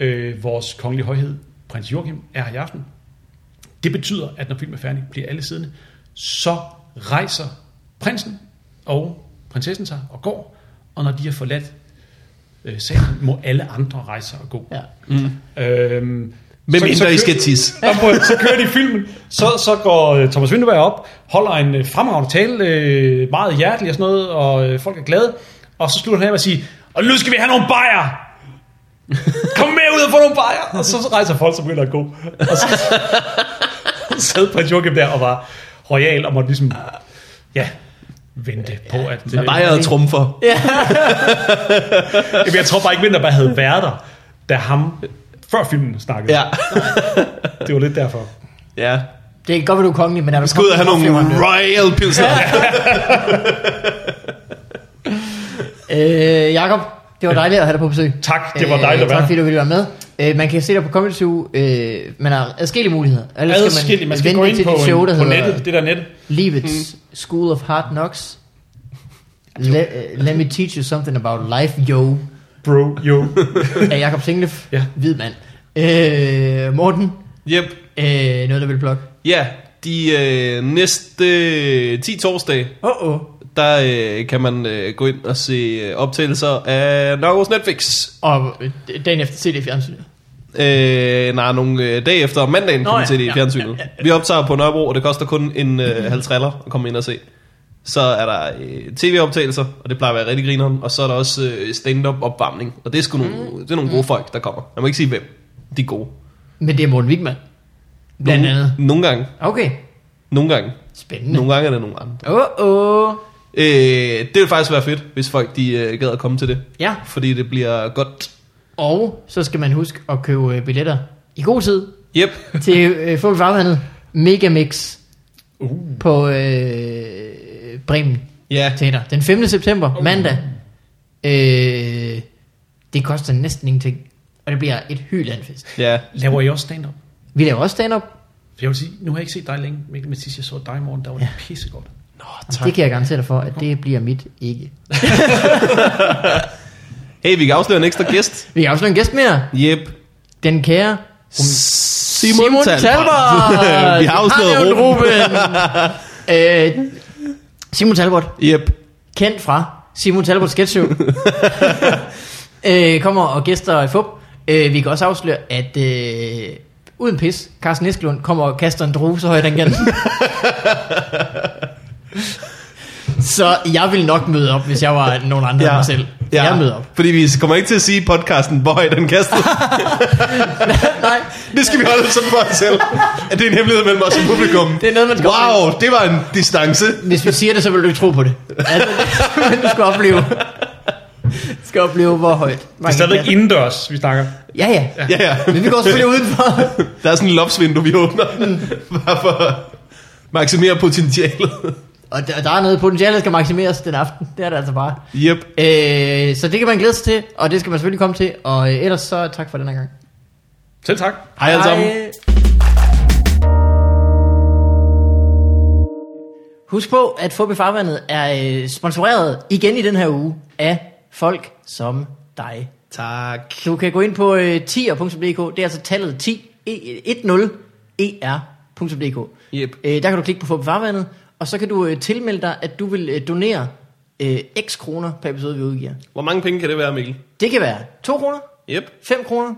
Øh, vores kongelige højhed, prins Joachim, er her i aften. Det betyder, at når filmen er færdig, bliver alle siddende. Så rejser prinsen og prinsessen sig og går, og når de har forladt øh, salen, må alle andre rejse sig og gå. Ja. Øhm, Mm. Med mindre I skal kører- tisse. Nå, prøv at- Så kører de filmen. Så, så går øh, Thomas Vinterberg op, holder en øh, fremragende tale, øh, meget hjertelig og sådan noget, og øh, folk er glade. Og så slutter han af med at sige, og nu skal vi have nogle bajer! Kom med ud og få nogle bajer! Og så rejser folk, så begynder at gå. Og så sad prins Joachim der og var royal og måtte ligesom, ja, vente på, at... øh, Bajer og trumfer. Jamen, jeg tror bare ikke, Vinterberg havde været der, da ham, før filmen snakkede. Ja. Det var lidt derfor. ja. Det er godt, at du er kongelig, men der er Skal ud og have nogle royal pilsner. Øh, Jakob, det var dejligt at have dig på besøg. Tak, det var dejligt at være Tak her. fordi du ville være med. Øh, man kan se dig på Comedy Zoo. Øh, man har adskillige muligheder. Ellers adskilligt. Man skal vente gå ind til på, dit show, der en, på hedder nettet, Mm. det der net. Livets School of Hard Knocks. Le, øh, let me teach you something about life, yo. Bro, jo. Af Jakob Singlef, Ja. hvid mand. Øh, Morten, Yep. øh, noget der vil plukke. Ja, de øh, næste øh, 10 torsdage, Åh, oh, oh. der øh, kan man øh, gå ind og se øh, optagelser af Nørgaards Netflix. Og øh, dagen efter se det i fjernsynet. Øh, nej, nogle øh, dage efter om mandagen Nå kan man ja, se det i ja, fjernsynet. ja, ja, Vi optager på Nørrebro, og det koster kun en øh, halv triller at komme ind og se. Så er der øh, tv-optagelser, og det plejer at være rigtig grineren. Og så er der også øh, stand-up opvarmning, og det er, sgu nogle, Mm. det er nogle gode folk, der kommer. Jeg må ikke sige hvem. De er gode. Men det er Morten Wigman. Blandt andet. Nogle gange. Okay, Nogle gange. spændende. Nogle gange er det nogle andre. Åh, åh. Oh, oh. Øh, det vil faktisk være fedt, hvis folk de øh, gad at komme til det. Ja. Fordi det bliver godt. Og så skal man huske at købe øh, billetter i god tid Yep. til øh, Fugt Farvandet Megamix uh. på øh, Bremen Ja. Teater. Den 5. september, uh. mandag. Øh, det koster næsten ingenting, og det bliver et hylandfest. Ja. Laver I også stand-up? Vi laver også stand-up. For jeg vil sige, nu har jeg ikke set dig længe, men men sidst jeg så dig i morgen, der var det ja. pissegodt. Nå, Det kan jeg garantere dig for, at det bliver mit ikke. Hey, vi kan afsløre en ekstra gæst. Vi har også en gæst mere. Yep. Den kære Simon, Talbot. vi har afsløret afsløret Ruben. Ruben. øh, Simon Talbot. Yep. kendt fra Simon Talbot Sketch Show, øh, kommer og gæster i FUP. Øh, vi kan også afsløre, at øh, uden pis, Carsten Eskelund kommer og kaster en drue så højt han kan. så jeg ville nok møde op, hvis jeg var nogen andre ja. end mig selv. Ja. Jeg møder op. Fordi vi kommer ikke til at sige i podcasten, hvor høj den kastede. Nej, det skal vi holde som for os selv. At det er en hemmelighed mellem os som publikum. det er noget, man skal opleve. Wow, det var en distance. Hvis vi siger det, så vil du ikke tro på det. Altså, men du skal opleve. Du skal opleve, hvor højt. Det er stadigvæk indendørs, vi snakker. Ja, ja. Ja, ja. Men vi Mm. går selvfølgelig udenfor. Der er sådan en loftsvindue, vi åbner. Bare for at maksimere potentialet. Og der, der er noget potentiale, der skal maksimeres den aften. Det er det altså bare. Yep. Øh, så det kan man glæde sig til, og det skal man selvfølgelig komme til. Og øh, ellers så tak for den her gang. Selv tak. Hej alle sammen. Husk på, at Fubi Farvandet er øh, sponsoreret igen i den her uge af folk som dig. Tak. Du kan gå ind på øh, 10er.dk, det er altså tallet 10, e- 10er.dk. Yep. Øh, der kan du klikke på Fubi Farvandet, og så kan du øh, tilmelde dig, at du vil øh, donere øh, x kroner per episode, vi udgiver. Hvor mange penge kan det være, Mikkel? Det kan være 2 kroner, Yep. 5 kroner,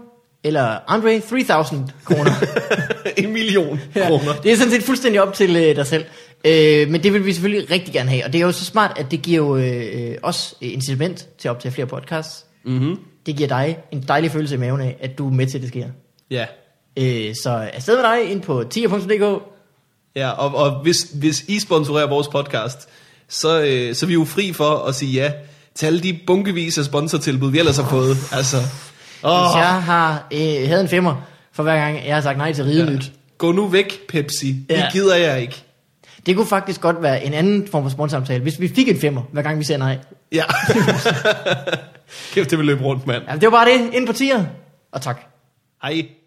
eller Andre 3000 kroner. en million Ja, kroner. det er sådan set fuldstændig op til øh, dig selv. Øh, men det vil vi selvfølgelig rigtig gerne have. Og det er jo så smart, at det giver jo øh, øh, os øh, incitament til at optage flere podcasts. Mhm. Det giver dig en dejlig følelse i maven af, at du er med til, at det sker. Ja. Øh, så afsted med dig ind på 10.dk. Ja, og, og hvis, hvis I sponsorerer vores podcast, så, øh, så er vi jo fri for at sige ja til alle de bunkevis af sponsortilbud, vi ellers har fået. Altså, Hvis åh, jeg har øh, havde en femmer for hver gang, jeg har sagt nej til ridenyt. gå nu væk, Pepsi. Vi Ja. gider jeg ikke. Det kunne faktisk godt være en anden form for sponsamtale, hvis vi fik en femmer, hver gang vi sagde nej. Ja. Kæft, det vil løbe rundt, mand. Jamen, det var bare det. Ind på tier. Og tak. Hej.